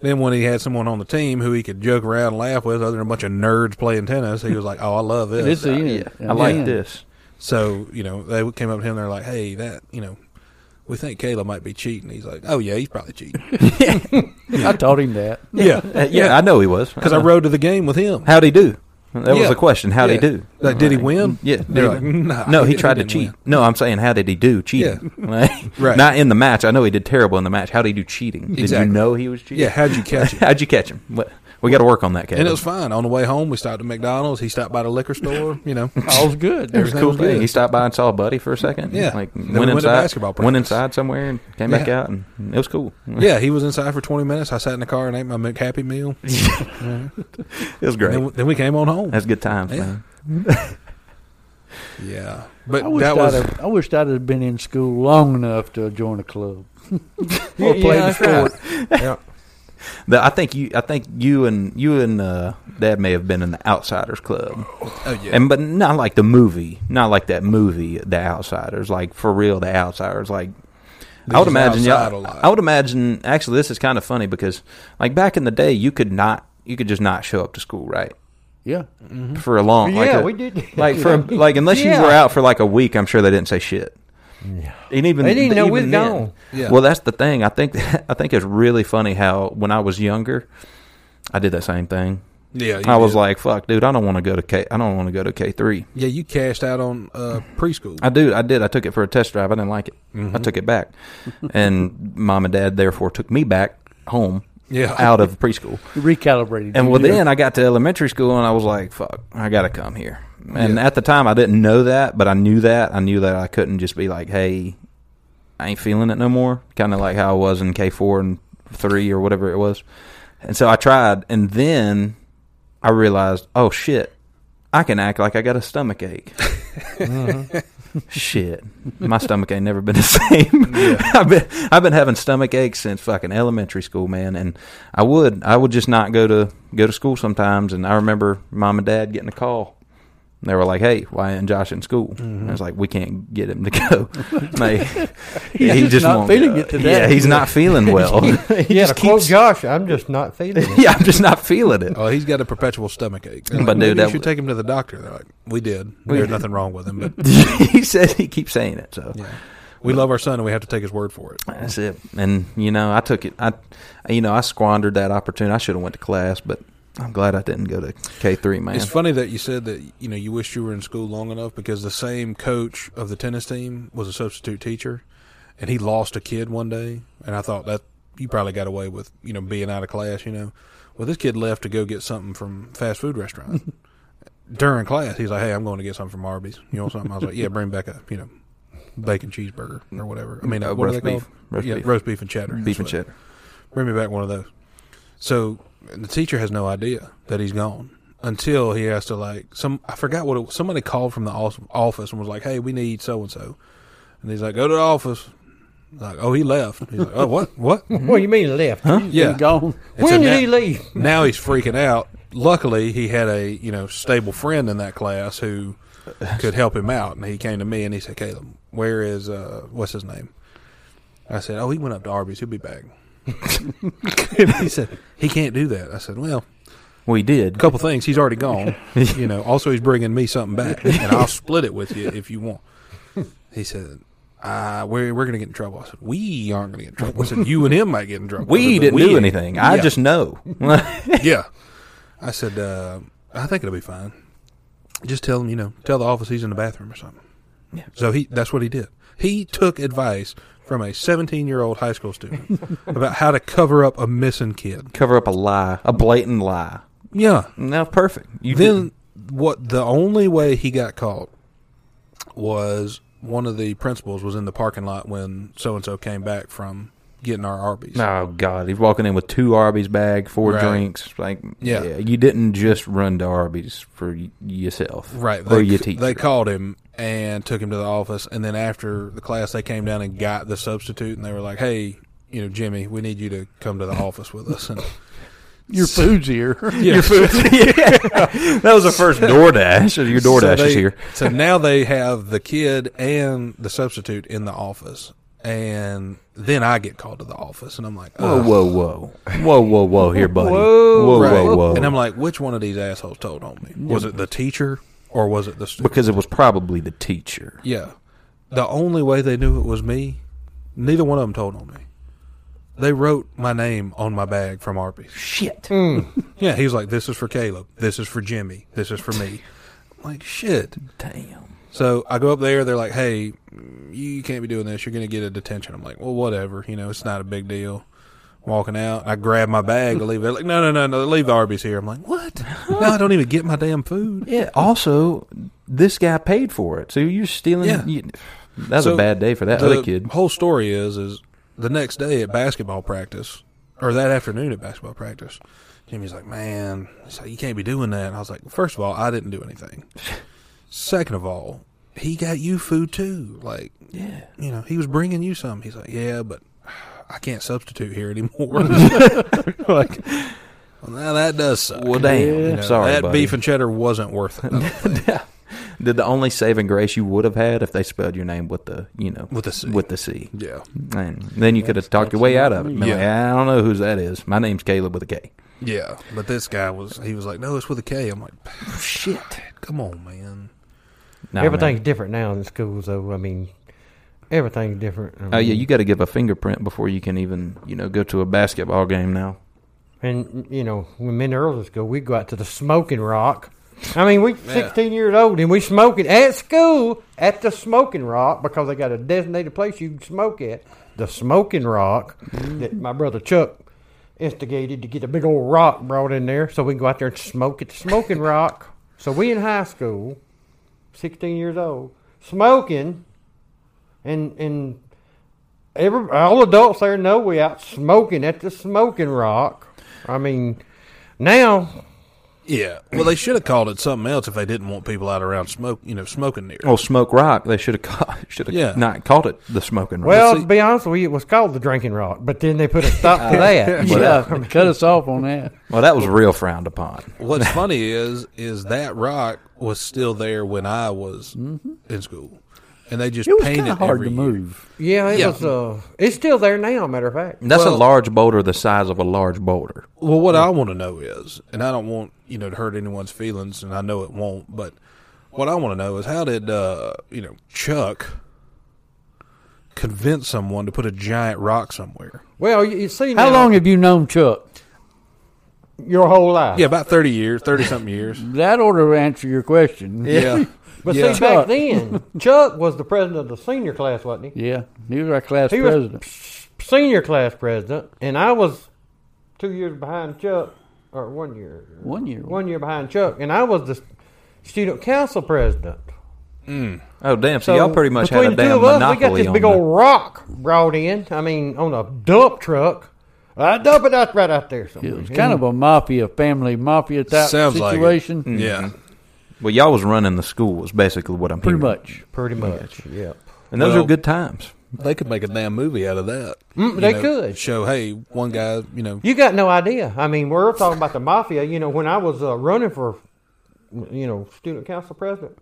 Speaker 2: Then when he had someone on the team who he could joke around and laugh with, other than a bunch of nerds playing tennis, he was like, "Oh, I love this."
Speaker 4: This is
Speaker 3: I like
Speaker 4: Yeah.
Speaker 3: this.
Speaker 2: so you know they came up to him. They're like, "Hey, that you know, we think Kayla might be cheating. He's like, oh yeah, he's probably cheating.
Speaker 4: I told him that.
Speaker 2: yeah,
Speaker 3: Uh, yeah, I know he was.
Speaker 2: Because I rode to the game with him.
Speaker 3: How'd he do? That was
Speaker 2: Yeah.
Speaker 3: the question. How'd
Speaker 2: Yeah.
Speaker 3: he do?
Speaker 2: Like, did he win?
Speaker 3: Yeah.
Speaker 2: They're like,
Speaker 3: Did he-
Speaker 2: "Nah,
Speaker 3: no, he
Speaker 2: didn't-
Speaker 3: tried to
Speaker 2: didn't
Speaker 3: cheat.
Speaker 2: win."
Speaker 3: No, I'm saying, how did he do cheating? Like,
Speaker 2: Right.
Speaker 3: Not in the match. I know he did terrible in the match. How did he do cheating? Did
Speaker 2: Exactly.
Speaker 3: you know he was cheating?
Speaker 2: Yeah, how'd you catch it?
Speaker 3: How'd you catch him? What? We got to work on that, Kevin.
Speaker 2: And it was fine. On the way home, we stopped at McDonald's. He stopped by the liquor store. You know,
Speaker 4: All's
Speaker 3: It was
Speaker 4: good.
Speaker 3: a
Speaker 2: everything
Speaker 3: cool
Speaker 2: was
Speaker 3: thing.
Speaker 2: good.
Speaker 3: He stopped by and saw a buddy for a second.
Speaker 2: Yeah.
Speaker 3: Like
Speaker 2: Then we
Speaker 3: went
Speaker 2: went to
Speaker 3: inside,
Speaker 2: basketball
Speaker 3: went
Speaker 2: practice.
Speaker 3: inside somewhere and came back
Speaker 2: Yeah.
Speaker 3: out, and it was cool.
Speaker 2: yeah, he was inside for 20 minutes. I sat in the car and ate my McHappy meal.
Speaker 3: It was
Speaker 2: And
Speaker 3: great.
Speaker 2: then, then we came on home.
Speaker 3: That's good times,
Speaker 2: Yeah.
Speaker 3: man.
Speaker 2: Yeah, but
Speaker 4: I wished,
Speaker 2: that
Speaker 4: I'd
Speaker 2: was
Speaker 4: have, I wished I'd have been in school long enough to join a club or play the
Speaker 1: that's right.
Speaker 4: sport.
Speaker 1: yeah.
Speaker 3: The- I think you, I think you and you and uh, Dad may have been in the Outsiders Club,
Speaker 2: oh, yeah.
Speaker 3: and but not like the movie, not like that movie, The Outsiders. Like for real, The Outsiders. Like I
Speaker 2: This is
Speaker 3: would imagine,
Speaker 2: outside a
Speaker 3: y'all,
Speaker 2: lot.
Speaker 3: I would imagine. Actually, this is kind of funny because like back in the day, you could not, you could just not show up to school, right?
Speaker 4: Yeah.
Speaker 3: For a long, like
Speaker 1: Mm-hmm. Yeah,
Speaker 3: a-
Speaker 1: we did.
Speaker 3: like for a- like unless
Speaker 1: Yeah.
Speaker 3: you were out for like a week, I'm sure they didn't say shit. And even
Speaker 1: They didn't know
Speaker 3: even
Speaker 1: we'd
Speaker 3: then.
Speaker 1: gone.
Speaker 2: Yeah.
Speaker 3: Well, that's the thing. I think I think it's really funny how when I was younger, I did that same thing.
Speaker 2: yeah. you
Speaker 3: I was
Speaker 2: did.
Speaker 3: like, "Fuck, dude, I don't want to go to K. I don't want to go to K three.
Speaker 2: yeah, you cashed out on uh, preschool.
Speaker 3: I do. I did. I took it for a test drive. I didn't like it. I took it back, and mom and dad therefore took me back home.
Speaker 2: Yeah.
Speaker 3: out of preschool.
Speaker 4: Recalibrated.
Speaker 3: And well, then I got to elementary school and I was like, fuck, I got to come here. And at the time, I didn't know that, but I knew that. I knew that I couldn't just be like, hey, I ain't feeling it no more. Kind of like how I was in K4 and 3 or whatever it was. And so I tried. And then I realized, oh, shit, I can act like I got a stomach ache.
Speaker 4: Mm-hmm.
Speaker 3: Shit, my stomach ain't never been the same. I've been I've been having stomach aches since fucking elementary school, man. And I would I would just not go to go to school sometimes. And I remember mom and dad getting a call. And they were like, "Hey, why isn't Josh in school?"
Speaker 4: Mm-hmm.
Speaker 3: And I was like, "We can't get him to go. Like,
Speaker 4: He's just not
Speaker 3: won't
Speaker 4: feeling
Speaker 3: go.
Speaker 4: it today.
Speaker 3: Yeah, he's not feeling well.
Speaker 1: yeah, to quote Josh, I'm just not feeling it.
Speaker 3: yeah, I'm just not feeling it.
Speaker 2: Oh, he's got a perpetual stomach ache. They're like,
Speaker 3: But, dude,
Speaker 2: "Maybe you
Speaker 3: that
Speaker 2: should
Speaker 3: w-
Speaker 2: take him to the doctor. They're like, we did. There's nothing wrong with him. But
Speaker 3: he says he keeps saying it. So
Speaker 2: yeah. we love our son, and we have to take his word for it.
Speaker 3: That's it. And you know, I took it. I, you know, I squandered that opportunity. I should have went to class, but I'm glad I didn't go to K three, man.
Speaker 2: It's funny that you said that you know you wished you were in school long enough because the same coach of the tennis team was a substitute teacher, and he lost a kid one day, and I thought that you probably got away with you know being out of class, you know. Well, this kid left to go get something from fast food restaurant during class. He's like, "Hey, I'm going to get something from Arby's. You want something?" I was like, "Yeah, bring back a you know bacon cheeseburger or whatever. I mean,
Speaker 3: Uh,
Speaker 2: uh, what are
Speaker 3: roast
Speaker 2: they
Speaker 3: beef.
Speaker 2: called?
Speaker 3: Roast
Speaker 2: yeah,
Speaker 3: beef.
Speaker 2: roast beef and cheddar.
Speaker 3: Beef and
Speaker 2: That's what-
Speaker 3: cheddar.
Speaker 2: Bring me back one of those. So and the teacher has no idea that he's gone until he has to like some. I forgot what it, somebody called from the os- office and was like, "Hey, we need so and so," and he's like, "Go to the office." Like, oh, he left. He's like, oh, what, what?
Speaker 1: What do you mean left?
Speaker 2: Yeah.
Speaker 4: gone.
Speaker 2: And so
Speaker 1: When did
Speaker 2: now-
Speaker 1: he leave?
Speaker 2: Now he's freaking out. Luckily, he had a you know stable friend in that class who could help him out, and he came to me and he said, "Caleb, where is uh, what's his name?" I said, "Oh, he went up to Arby's. He'll be back." And he said, "He can't do that." I said, "Well,
Speaker 3: we
Speaker 2: a
Speaker 3: did.
Speaker 2: couple things. He's already gone. you know. Also, he's bringing me something back, and I'll split it with you if you want." He said. Uh, we're we're gonna get in trouble. I said we aren't gonna get in trouble. I said you and him might get in trouble. I said,
Speaker 3: We
Speaker 2: "But
Speaker 3: didn't do
Speaker 2: ain't."
Speaker 3: anything. I
Speaker 2: Yeah.
Speaker 3: just know.
Speaker 2: yeah. I said, uh, I think it'll be fine. Just tell him, you know, tell the office he's in the bathroom or something.
Speaker 3: Yeah.
Speaker 2: So he that's what he did. He took advice from a 17 year old high school student about how to cover up a missing kid.
Speaker 3: Cover up a lie, a blatant lie.
Speaker 2: Yeah.
Speaker 3: No, perfect. You
Speaker 2: Then what? The only way he got caught was one of the principals was in the parking lot when so and so came back from getting our Arby's.
Speaker 3: didn't- Oh God! He's walking in with two Arby's bag, four
Speaker 2: Right.
Speaker 3: drinks. Like,
Speaker 2: Yeah.
Speaker 3: yeah. you didn't just run to Arby's for y- yourself,
Speaker 2: Right.
Speaker 3: Or
Speaker 2: They,
Speaker 3: your teacher.
Speaker 2: they called him and took him to the office. And then after the class, they came down and got the substitute. And they were like, hey, you know, Jimmy, we need you to come to the office with us. And
Speaker 4: Your food's here.
Speaker 2: your food
Speaker 3: that was the first DoorDash. Your DoorDash
Speaker 2: so they-
Speaker 3: is here.
Speaker 2: So now they have the kid and the substitute in the office. And then I get called to the office. And I'm like,
Speaker 3: Whoa,
Speaker 2: "Ugh."
Speaker 3: whoa, whoa, whoa, whoa, whoa! Here, buddy.
Speaker 1: Whoa.
Speaker 3: whoa,
Speaker 2: Right.
Speaker 3: whoa, whoa.
Speaker 2: And I'm like, which one of these assholes told on me? Was it the teacher or was it the student?
Speaker 3: because it was probably the teacher.
Speaker 2: Yeah. The only way they knew it was me Neither one of them told on me. They wrote my name on my bag from Arby's.
Speaker 3: Shit.
Speaker 2: Yeah, he was like, "This is for Caleb. This is for Jimmy. This is for me." I'm like shit.
Speaker 3: Damn.
Speaker 2: So I go up there. They're like, "Hey, you can't be doing this. You're going to get a detention." I'm like, "Well, whatever. You know, it's not a big deal." Walking out, I grab my bag to leave. They're like, "No, no, no, no. Leave the Arby's here." I'm like, "What? No, I don't even get my damn food."
Speaker 3: Yeah. Also, this guy paid for it, so you're stealing.
Speaker 2: Yeah.
Speaker 3: You, that's
Speaker 2: So
Speaker 3: a bad day for that
Speaker 2: The
Speaker 3: other kid.
Speaker 2: whole story is is the next day at basketball practice, or that afternoon at basketball practice. Jimmy's like, "Man, he's like, you can't be doing that." And I was like, first of all, I didn't do anything. Second of all, he got you food too. Like,
Speaker 3: Yeah.
Speaker 2: you know, he was bringing you some. He's like, yeah, but I can't substitute here anymore. like, well, now that does suck.
Speaker 3: Well, damn.
Speaker 2: You know,
Speaker 3: Sorry,
Speaker 2: that
Speaker 3: buddy.
Speaker 2: beef and cheddar wasn't worth it
Speaker 3: Did the only saving grace you would have had if they spelled your name with the you know
Speaker 2: with a C.
Speaker 3: with the C.
Speaker 2: yeah,
Speaker 3: And then you could have talked your way out of it. Been like,
Speaker 2: Yeah.
Speaker 3: I don't know whose that is. My name's Caleb with a K.
Speaker 2: yeah. But this guy was, he was like, no, it's with a K. I'm like,
Speaker 3: Shit.
Speaker 2: come on, man.
Speaker 3: Nah,
Speaker 1: Everything's
Speaker 3: man.
Speaker 1: different now in the schools, though. I mean, everything's different. I
Speaker 3: Oh yeah,
Speaker 1: mean,
Speaker 3: you got to give a fingerprint before you can even you know go to a basketball game now.
Speaker 1: And you know, when men early school, we go out to the smoking rock. I mean, we
Speaker 2: Yeah.
Speaker 1: 16 years old and we smoking at school at the smoking rock because they got a designated place you can smoke at. The smoking rock that my brother Chuck instigated to get a big old rock brought in there so we can go out there and smoke at the smoking rock. So we in high school, 16 years old, smoking, and and every all adults there know we out smoking at the smoking rock. I mean, now
Speaker 2: Yeah. Well, they should have called it something else if they didn't want people out around smoke, you know, smoking near. it.
Speaker 3: Well, Smoke Rock, they should have ca- should have
Speaker 2: Yeah.
Speaker 3: not called it the Smoking Rock.
Speaker 1: well,
Speaker 2: see-
Speaker 1: to be honest with you, it was called the drinking rock, but then they put a stop to that.
Speaker 4: yeah, cut us off on that.
Speaker 3: Well, that was real frowned upon.
Speaker 2: What's funny is is that rock was still there when I was in school, and they just
Speaker 4: Mm-hmm. It was kind
Speaker 2: painted
Speaker 4: of hard
Speaker 2: every
Speaker 4: to
Speaker 2: year.
Speaker 4: move.
Speaker 1: Yeah, it
Speaker 2: Yeah.
Speaker 1: was. Uh, it's still there now. Matter of fact,
Speaker 3: That's a
Speaker 2: Well-
Speaker 3: large boulder the size of a large boulder.
Speaker 2: Well, what I want to know is, and I don't want you know to hurt anyone's feelings, and I know it won't, but what I want to know is how did uh, you know Chuck convince someone to put a giant rock somewhere?
Speaker 1: well, you, you see,
Speaker 4: How
Speaker 1: now,
Speaker 4: long have you known Chuck?
Speaker 1: your whole life?
Speaker 2: Yeah, about thirty years, thirty something years.
Speaker 4: That ought to answer your question.
Speaker 2: Yeah,
Speaker 1: but
Speaker 2: yeah.
Speaker 1: see, back then, Chuck was the president of the senior class, wasn't he?
Speaker 4: Yeah, he was our class
Speaker 1: He was-
Speaker 4: president.
Speaker 1: Senior class president, and I was two years behind Chuck, or one year,
Speaker 4: One year.
Speaker 1: one year behind Chuck, and I was the student council president.
Speaker 3: Oh damn! So, y'all pretty much had
Speaker 1: between
Speaker 3: a
Speaker 1: the two
Speaker 3: damn
Speaker 1: of us,
Speaker 3: monopoly
Speaker 1: We got this
Speaker 3: on
Speaker 1: big
Speaker 3: the-
Speaker 1: old rock brought in. I mean, on a dump truck. I dump it out right out there. Somewhere.
Speaker 4: It was kind of a mafia, family mafia type
Speaker 2: Sounds like it. Mm-hmm. Mm.
Speaker 4: situation.
Speaker 2: yeah.
Speaker 3: Well, y'all was running the school was basically what I'm
Speaker 4: Pretty
Speaker 3: hearing.
Speaker 4: much.
Speaker 1: pretty much. Yep.
Speaker 3: and those
Speaker 2: Well-
Speaker 3: are good times.
Speaker 2: They could make a damn movie out of that. You
Speaker 1: they
Speaker 2: know,
Speaker 1: could.
Speaker 2: show. Hey, one guy, you know,
Speaker 1: You got no idea. I mean, we're talking about the mafia. You know, when I was uh, running for, you know, student council president,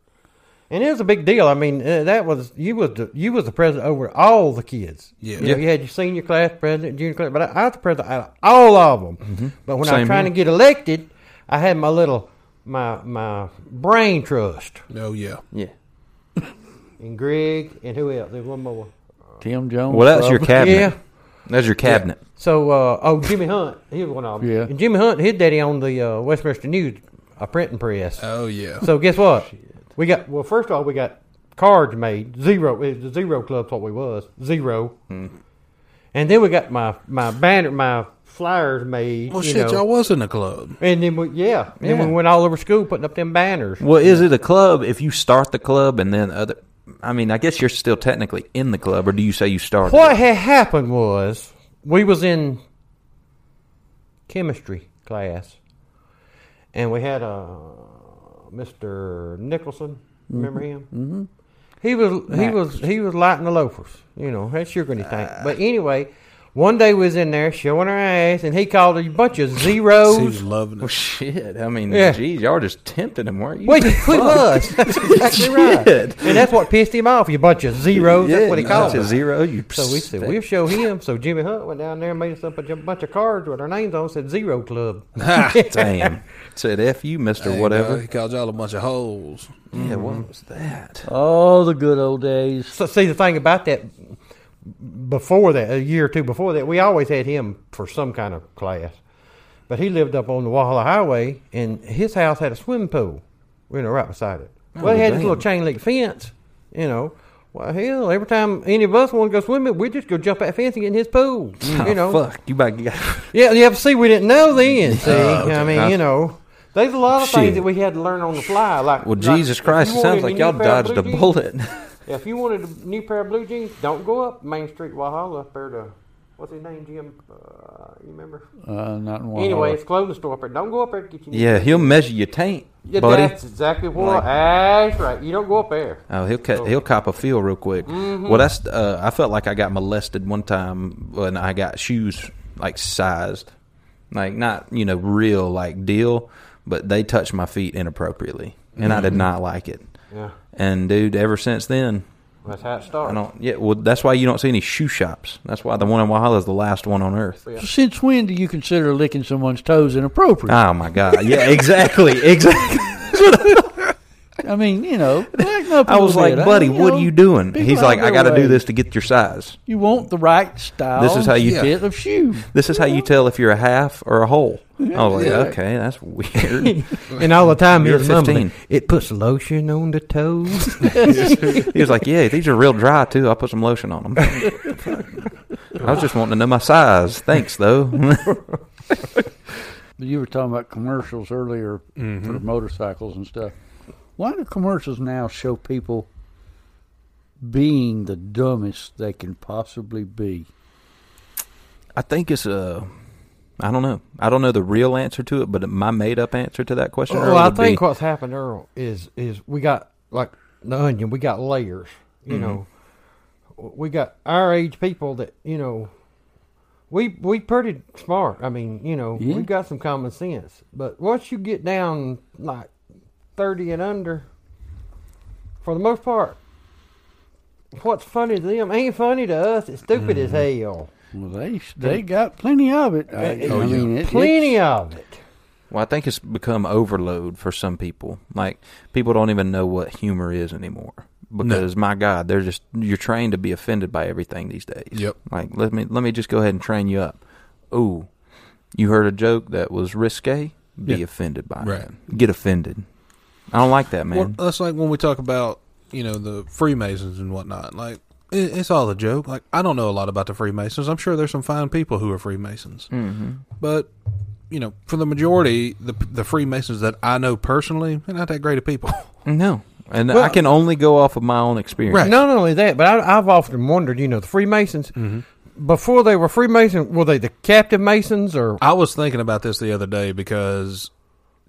Speaker 1: and it was a big deal. I mean, uh, that was you was the, you was the president over all the kids.
Speaker 2: Yeah.
Speaker 1: you, know,
Speaker 2: Yeah.
Speaker 1: you had your senior class president, junior class, but I, I was the president out of all of them. But when I
Speaker 3: Mm-hmm. Same
Speaker 1: was trying
Speaker 3: here.
Speaker 1: to get elected, I had my little my my brain trust
Speaker 2: oh yeah,
Speaker 3: Yeah.
Speaker 1: and Greg and who else? There's one more.
Speaker 4: Tim Jones.
Speaker 3: Well, that's your cabinet.
Speaker 4: probably.
Speaker 1: Yeah.
Speaker 3: That's your cabinet.
Speaker 1: So, uh, oh, Jimmy Hunt, he was one of them.
Speaker 4: Yeah.
Speaker 1: And Jimmy Hunt, his daddy owned the uh, Westminster News, a printing press.
Speaker 2: oh yeah.
Speaker 1: So guess what? We got well. First of all, we got cards made zero. It was the zero club's what we was zero. And then we got my my banner, my flyers made.
Speaker 2: Well,
Speaker 1: you
Speaker 2: shit,
Speaker 1: know.
Speaker 2: y'all was in a club.
Speaker 1: And then we yeah, and then
Speaker 3: Yeah.
Speaker 1: we went all over school putting up them banners.
Speaker 3: Well, is it a club if you start the club and then other? I mean, I guess you're still technically in the club, or do you say you started?
Speaker 1: What had happened was we was in chemistry class, and we had uh, Mr. Nicholson. Remember him? Mm-hmm. He was he
Speaker 4: Max.
Speaker 1: was he was lighting the loafers. You know that's your gonna think. But anyway, one day we was in there showing our ass, and he called a bunch of
Speaker 2: He was
Speaker 1: zeros.
Speaker 2: loving
Speaker 3: Well,
Speaker 2: it.
Speaker 3: shit. I mean,
Speaker 1: Yeah.
Speaker 3: geez, y'all just tempted him, weren't you?
Speaker 1: Wait, we was. That's exactly right.
Speaker 3: Shit.
Speaker 1: And that's what pissed him off. You bunch of zeros. that's what he
Speaker 3: Yeah,
Speaker 1: called
Speaker 3: to
Speaker 1: us.
Speaker 3: zero. You
Speaker 1: So we said, we'll show him. So Jimmy Hunt went down there and made us up a j- bunch of cards with our names on it, said Zero Club.
Speaker 3: damn. Said f you, Mister
Speaker 2: And, uh,
Speaker 3: Whatever.
Speaker 2: he called y'all a bunch of holes.
Speaker 3: yeah, what was that?
Speaker 4: Oh, the good old days.
Speaker 1: So, see, the thing about that, before that, a year or two before that, we always had him for some kind of class. But he lived up on the Walhalla Highway, and his house had a swimming pool, you know, right beside it. well, he had this
Speaker 3: Oh, damn.
Speaker 1: little chain link fence, you know. Well, hell, every time any of us want to go swimming, we just go jump that fence and get in his pool, you know.
Speaker 3: Oh, fuck, you about to get.
Speaker 1: Yeah, yeah. but See, we didn't know then. See, I mean,
Speaker 3: I-
Speaker 1: you know, there's a lot of things
Speaker 3: Uh, Shit.
Speaker 1: that we had to learn on the fly. Like,
Speaker 3: Well,
Speaker 1: like,
Speaker 3: Jesus
Speaker 1: if
Speaker 3: Christ,
Speaker 1: you
Speaker 3: it
Speaker 1: wanted
Speaker 3: sounds like
Speaker 1: new
Speaker 3: y'all
Speaker 1: pair of
Speaker 3: dodged
Speaker 1: blue
Speaker 3: a
Speaker 1: jeans-
Speaker 3: bullet.
Speaker 1: If you wanted a new pair of blue jeans, don't go up Main Street Wahala up there to what's his name, Jim? Uh, you remember?
Speaker 4: Uh, not in one.
Speaker 1: Anyway,
Speaker 4: Anyway,
Speaker 1: it's a clothing store up there. Don't go up there to get you. new
Speaker 3: yeah,
Speaker 1: pair.
Speaker 3: he'll measure your tank,
Speaker 1: Yeah,
Speaker 3: buddy.
Speaker 1: that's exactly what.
Speaker 3: Like-
Speaker 1: that's right. You don't go up there.
Speaker 3: Oh, he'll ca- he'll cop a feel real quick. Well, that's uh, I felt like I got molested one time when I got shoes like sized, like not you know real like deal, but they touched my feet inappropriately, and I did not like it.
Speaker 1: Yeah,
Speaker 3: And dude, ever since then,
Speaker 1: that's how it
Speaker 3: I
Speaker 1: starts.
Speaker 3: don't. Yeah, well, that's why you don't see any shoe shops. That's why the one in Wahala is the last one on earth.
Speaker 4: since when do you consider licking someone's toes inappropriate?
Speaker 3: Oh my god! Yeah, exactly, exactly.
Speaker 4: I mean, you know, lighten up a
Speaker 3: I was
Speaker 4: little
Speaker 3: like,
Speaker 4: bit. I-
Speaker 3: buddy, what
Speaker 4: know,
Speaker 3: are you doing?
Speaker 4: people
Speaker 3: He's
Speaker 4: have
Speaker 3: like, I
Speaker 4: their
Speaker 3: got to do
Speaker 4: ways.
Speaker 3: this to get your size.
Speaker 4: You want the right style.
Speaker 3: This is how you-
Speaker 4: fit of shoe.
Speaker 3: This is how you tell if you're a half or a whole. I was like,
Speaker 2: Yeah.
Speaker 3: okay, that's weird.
Speaker 1: And all the time,
Speaker 3: You're
Speaker 1: it's mumbling.
Speaker 3: 15.
Speaker 1: It puts lotion on the toes.
Speaker 3: he was like, yeah, these are real dry too. I put some lotion on them. I was just wanting to know my size. Thanks though.
Speaker 4: You were talking about commercials earlier
Speaker 2: Mm-hmm.
Speaker 4: for motorcycles and stuff. Why do commercials now show people being the dumbest they can possibly be?
Speaker 3: I think it's a. I don't know. I don't know the real answer to it, but my made-up answer to that question.
Speaker 1: Well,
Speaker 3: Earl,
Speaker 1: I
Speaker 3: would be-
Speaker 1: think what's happened, Earl, is is we got like the onion. We got layers. You
Speaker 3: Mm-hmm.
Speaker 1: know, we got our age people that you know. We we pretty smart. I mean, you know,
Speaker 4: Yeah.
Speaker 1: we've got some common sense. But once you get down like thirty and under, for the most part, what's funny to them ain't funny to us. It's stupid as
Speaker 3: Mm-hmm.
Speaker 1: hell.
Speaker 4: Well, they they got plenty of it. I,
Speaker 2: Oh,
Speaker 4: I
Speaker 2: yeah.
Speaker 4: mean, it,
Speaker 1: Plenty of it.
Speaker 3: Well, I think it's become overload for some people. Like people don't even know what humor is anymore because my God, they're just you're trained to be offended by everything these days.
Speaker 2: Yep.
Speaker 3: Like let me let me just go ahead and train you up. Ooh, you heard a joke that was risque. Be
Speaker 2: Yeah.
Speaker 3: offended by
Speaker 2: Right.
Speaker 3: it. Get offended. I don't like that,
Speaker 2: Well,
Speaker 3: man.
Speaker 2: that's like when we talk about you know the Freemasons and whatnot. Like it, it's all a joke. Like I don't know a lot about the Freemasons. I'm sure there's some fine people who are Freemasons,
Speaker 3: mm-hmm.
Speaker 2: but you know, for the majority, the the Freemasons that I know personally, they're not that great of people.
Speaker 3: No, and I
Speaker 1: Well-
Speaker 3: can only go off of my own experience.
Speaker 2: Right.
Speaker 1: Not only that, but I, I've often wondered, you know, the Freemasons,
Speaker 3: Mm-hmm.
Speaker 1: before they were Freemason, were they the captive Masons or?
Speaker 2: I was thinking about this the other day because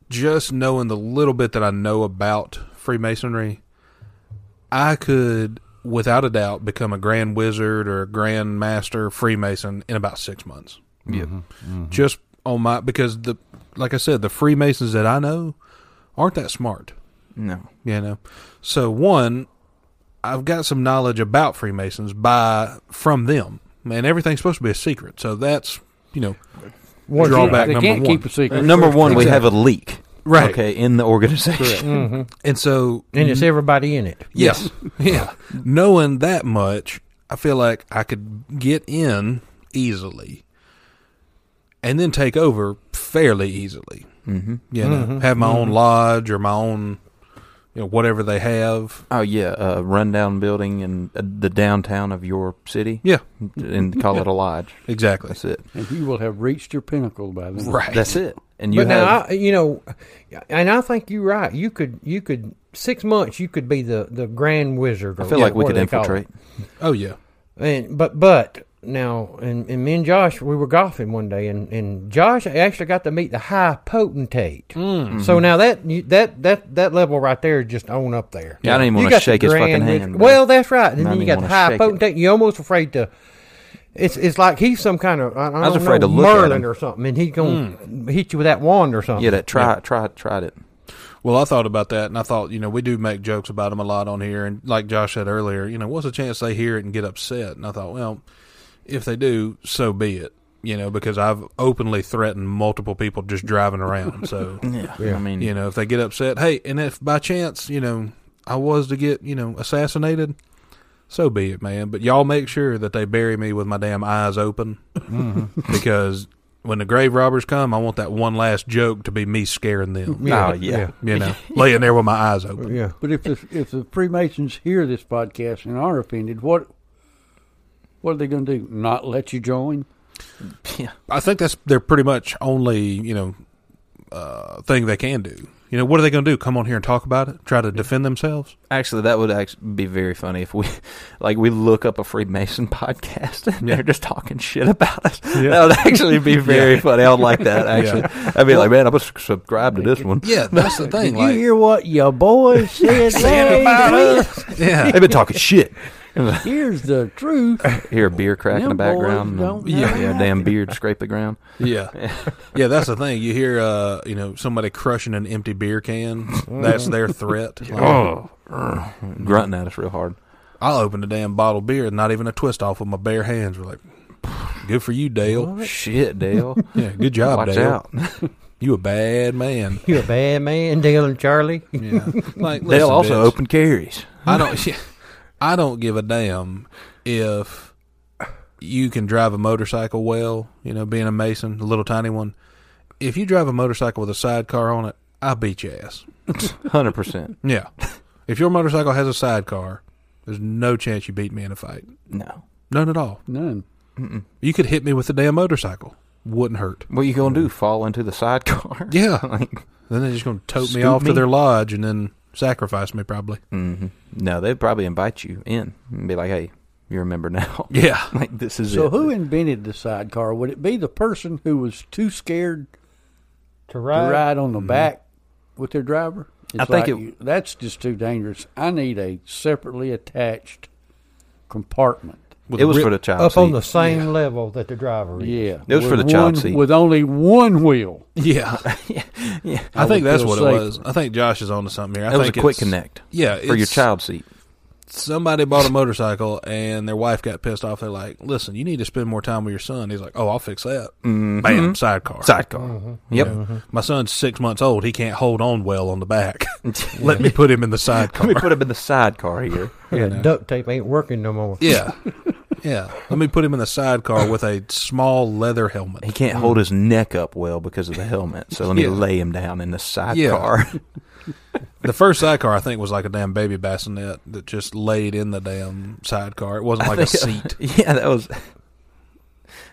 Speaker 2: just knowing the little bit that I know about Freemasonry, I could, without a doubt, become a Grand Wizard or a Grand Master Freemason in about six months.
Speaker 3: Yep.
Speaker 2: Mm-hmm. Just on my because the like I said, the Freemasons that I know aren't that smart.
Speaker 3: No.
Speaker 2: You know, so one, I've got some knowledge about Freemasons by from them, and everything's supposed to be a secret. So that's you know
Speaker 1: What-
Speaker 2: drawback
Speaker 4: they
Speaker 2: number
Speaker 4: can't
Speaker 2: one.
Speaker 4: keep a secret.
Speaker 3: Number one, we have a leak.
Speaker 2: Right.
Speaker 3: Okay, in the organization.
Speaker 2: And so,
Speaker 1: And
Speaker 3: Mm-hmm.
Speaker 1: it's everybody in it.
Speaker 2: yes, yeah, knowing that much, I feel like I could get in easily, and then take over fairly easily.
Speaker 3: hmm
Speaker 2: You know, have my own lodge or my own, you know, whatever they have.
Speaker 3: Oh yeah, a rundown building in uh, the downtown of your city,
Speaker 2: Yeah,
Speaker 3: and call it a lodge.
Speaker 2: exactly.
Speaker 3: That's it.
Speaker 4: and you will have reached your pinnacle by then.
Speaker 2: Right.
Speaker 3: That's it. And you
Speaker 1: but
Speaker 3: have
Speaker 1: now, I, you know, and I think you're right. You could, you could six months. You could be the the Grand Wizard. Or,
Speaker 3: I feel like we could infiltrate.
Speaker 2: oh yeah.
Speaker 1: And but but now, and, and me and Josh, we were golfing one day, and, and Josh actually got to meet the high potentate.
Speaker 3: Hmm. Mm-hmm.
Speaker 1: So now that you- that that that level right there is just on up there.
Speaker 3: Yeah, I don't even
Speaker 1: You
Speaker 3: wanna
Speaker 1: got the
Speaker 3: shake his fucking
Speaker 1: grand rich-
Speaker 3: hand, bro.
Speaker 1: Well, that's right. And
Speaker 3: I
Speaker 1: then
Speaker 3: don't
Speaker 1: you
Speaker 3: even
Speaker 1: got the
Speaker 3: wanna shake
Speaker 1: high
Speaker 3: it.
Speaker 1: potentate. You're almost afraid to. It's it's like he's some kind of I, I
Speaker 3: was
Speaker 1: don't
Speaker 3: afraid
Speaker 1: know,
Speaker 3: to look at
Speaker 1: Merlin
Speaker 3: him. Hmm.
Speaker 1: or something, and he's gonna hit you with that wand or something.
Speaker 3: Yeah, that try try tried it.
Speaker 2: Well, I thought about that, and I thought, you know, we do make jokes about them a lot on here, and like Josh said earlier, you know, what's the chance they hear it and get upset? And I thought, well, if they do, so be it, you know, because I've openly threatened multiple people just driving around. So,
Speaker 3: Yeah, I mean,
Speaker 2: you know, if they get upset, hey, and if by chance, you know, I was to get, you know, assassinated, so be it, man. But y'all make sure that they bury me with my damn eyes open, Mm-hmm. because when the grave robbers come, I want that one last joke to be me scaring them.
Speaker 3: Oh, yeah.
Speaker 2: You know, laying there with my eyes open.
Speaker 1: yeah.
Speaker 4: But if the, if the Freemasons hear this podcast and are offended, what what are they going to do? Not let you join?
Speaker 3: yeah.
Speaker 2: I think that's they're pretty much only you know uh, thing they can do. You know, what are they going to do? Come on here and talk about it? Try to defend themselves?
Speaker 3: Actually, that would actually be very funny if we, like, we look up a Freemason podcast and they're just talking shit about us. That would actually be very funny. I would like that. Actually, I'd be like, man, I'm gonna s- subscribe to this one.
Speaker 2: Yeah, that's the thing.
Speaker 4: Did you hear what your boy said
Speaker 2: Saying about
Speaker 4: last week?
Speaker 2: yeah,
Speaker 3: They've been talking shit.
Speaker 4: Here's the truth.
Speaker 3: Hear a beer crack in the
Speaker 4: Them boys
Speaker 3: background.
Speaker 4: don't
Speaker 3: and-
Speaker 4: know
Speaker 3: yeah, yeah, damn beard scrape the ground.
Speaker 2: Yeah. Yeah, that's the thing. You hear uh, you know, somebody crushing an empty beer can. That's their threat. Like,
Speaker 3: Oh, grunting at us real hard.
Speaker 2: I'll open a damn bottle of beer and not even a twist off with my bare hands. We're like Good for you, Dale.
Speaker 3: Oh, Shit, Dale.
Speaker 2: Yeah, good job,
Speaker 3: Watch
Speaker 2: Dale.
Speaker 3: out.
Speaker 2: You a bad man.
Speaker 1: You a bad man, Dale and Charlie.
Speaker 2: Yeah. Like
Speaker 3: Dale
Speaker 2: listen,
Speaker 3: also
Speaker 2: bitch,
Speaker 3: open carries.
Speaker 2: I don't yeah, I don't give a damn if you can drive a motorcycle well, you know, being a mason, a little tiny one. If you drive a motorcycle with a sidecar on it, I beat your ass.
Speaker 3: Hundred percent.
Speaker 2: Yeah. If your motorcycle has a sidecar, there's no chance you beat me in a fight.
Speaker 3: No.
Speaker 2: None at all.
Speaker 4: None.
Speaker 2: You could hit me with a damn motorcycle. Wouldn't hurt.
Speaker 3: What you gonna do? Fall into the sidecar?
Speaker 2: Yeah.
Speaker 3: like,
Speaker 2: Then they're just going to tote me
Speaker 3: Scoop
Speaker 2: off
Speaker 3: me?
Speaker 2: to their lodge and then sacrifice me, probably.
Speaker 3: hmm No, they'd probably invite you in and be like, "Hey, you remember now?
Speaker 2: Yeah.
Speaker 3: like this is
Speaker 4: So
Speaker 3: it."
Speaker 4: who invented the sidecar? Would it be the person who was too scared
Speaker 1: To
Speaker 4: to
Speaker 1: ride.
Speaker 4: ride on the back with their driver? It's
Speaker 3: Mm-hmm. I think
Speaker 4: like
Speaker 3: it-
Speaker 4: you- that's just too dangerous. I need a separately attached compartment.
Speaker 2: With
Speaker 3: it was
Speaker 2: ri-
Speaker 3: for the child
Speaker 1: Up
Speaker 3: seat.
Speaker 1: on the same level that the driver is.
Speaker 4: Yeah,
Speaker 3: It was for
Speaker 4: with
Speaker 3: the child
Speaker 4: one-
Speaker 3: seat.
Speaker 4: with only one wheel.
Speaker 2: Yeah.
Speaker 3: yeah,
Speaker 2: I,
Speaker 4: I
Speaker 2: think
Speaker 4: would
Speaker 2: that's
Speaker 4: feel
Speaker 2: what
Speaker 4: safer.
Speaker 2: it was. I think Josh is onto something here. I
Speaker 3: that was a
Speaker 2: think
Speaker 3: quick
Speaker 2: it's-
Speaker 3: connect
Speaker 2: Yeah.
Speaker 3: for your
Speaker 2: it's-
Speaker 3: child seat.
Speaker 2: Somebody bought a motorcycle and their wife got pissed off. They're like, listen, you need to spend more time with your son. He's like, oh, I'll fix that. Bam, sidecar.
Speaker 3: Sidecar. Mm-hmm. Yep.
Speaker 2: My son's six months old. He can't hold on well on the back. Let me put him in the
Speaker 3: Let
Speaker 2: sidecar.
Speaker 3: me put him in the sidecar here.
Speaker 1: Yeah, duct tape ain't working no more.
Speaker 2: yeah. Yeah. Let me put him in the sidecar with a small leather helmet.
Speaker 3: He can't hold his neck up well because of the helmet, so let me
Speaker 2: Yeah.
Speaker 3: lay him down in the sidecar.
Speaker 2: The first sidecar, I think, was like a damn baby bassinet that just laid in the damn sidecar. It wasn't like a seat.
Speaker 3: Yeah, that was.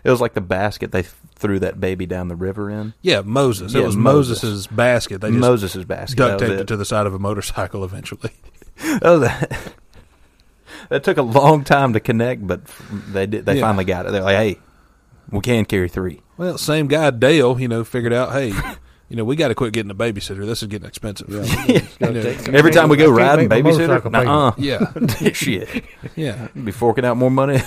Speaker 3: It was like the basket they threw that baby down the river in.
Speaker 2: Yeah, Moses. it
Speaker 3: Yeah,
Speaker 2: was
Speaker 3: Moses.
Speaker 2: Moses's basket. They just
Speaker 3: Moses's basket.
Speaker 2: duct
Speaker 3: that
Speaker 2: taped
Speaker 3: was
Speaker 2: it.
Speaker 3: it.
Speaker 2: to the side of a motorcycle eventually.
Speaker 3: That, was a- that took a long time to connect, but they did. They
Speaker 2: Yeah.
Speaker 3: finally got it. They're like, "Hey, we can carry three.
Speaker 2: Well, same guy, Dale, you know, figured out, hey, you know, we got to quit getting a babysitter. This is getting expensive.
Speaker 4: Gotta
Speaker 2: know,
Speaker 4: take some
Speaker 3: Every
Speaker 4: care.
Speaker 3: time we go
Speaker 1: I can't
Speaker 3: riding,
Speaker 1: make my motorcycle
Speaker 3: babysitter, nuh
Speaker 2: yeah.
Speaker 3: uh, shit,
Speaker 2: Yeah.
Speaker 3: be forking out more money.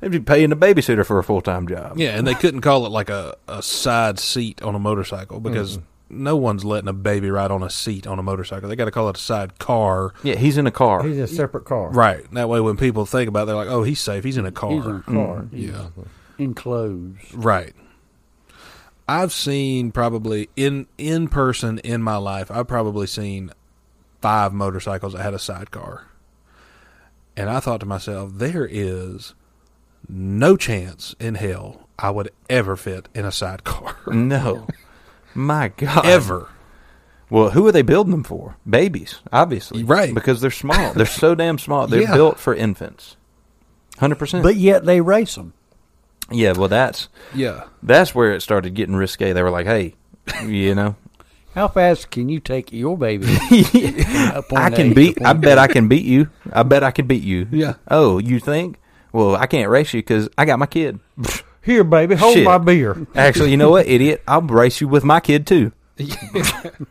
Speaker 3: They'd be paying the babysitter for a full time job.
Speaker 2: Yeah, and they couldn't call it like a, a side seat on a motorcycle because no one's letting a baby ride on a seat on a motorcycle. They got to call it a side car.
Speaker 3: Yeah, he's in a car.
Speaker 1: He's in a separate car.
Speaker 2: Right. That way, when people think about it, they're like, oh, he's safe. He's in a car.
Speaker 4: He's in a car.
Speaker 3: Mm-hmm.
Speaker 4: He's
Speaker 2: yeah.
Speaker 4: enclosed.
Speaker 2: Right. I've seen probably in in person in my life, I've probably seen five motorcycles that had a sidecar. And I thought to myself, there is no chance in hell I would ever fit in a sidecar.
Speaker 3: No, my God,
Speaker 2: ever.
Speaker 3: Well, who are they building them for? Babies, obviously,
Speaker 2: Right.
Speaker 3: Because they're small. They're so damn small. They're
Speaker 2: Yeah.
Speaker 3: built for infants. Hundred percent.
Speaker 4: But yet they race them.
Speaker 3: Yeah, well, that's
Speaker 2: Yeah.
Speaker 3: that's where it started getting risque. They were like, "Hey, you know,
Speaker 4: How fast can you take your baby? up on
Speaker 3: I
Speaker 4: the
Speaker 3: can
Speaker 4: eight
Speaker 3: beat.
Speaker 4: to
Speaker 3: I
Speaker 4: point-
Speaker 3: bet I can beat you. I bet I can beat you."
Speaker 2: Yeah.
Speaker 3: Oh, you think? Well, I can't race you because I got my kid.
Speaker 1: Here, baby, hold
Speaker 3: Shit.
Speaker 1: my beer.
Speaker 3: Actually, you know what, idiot? I'll race you with my kid too.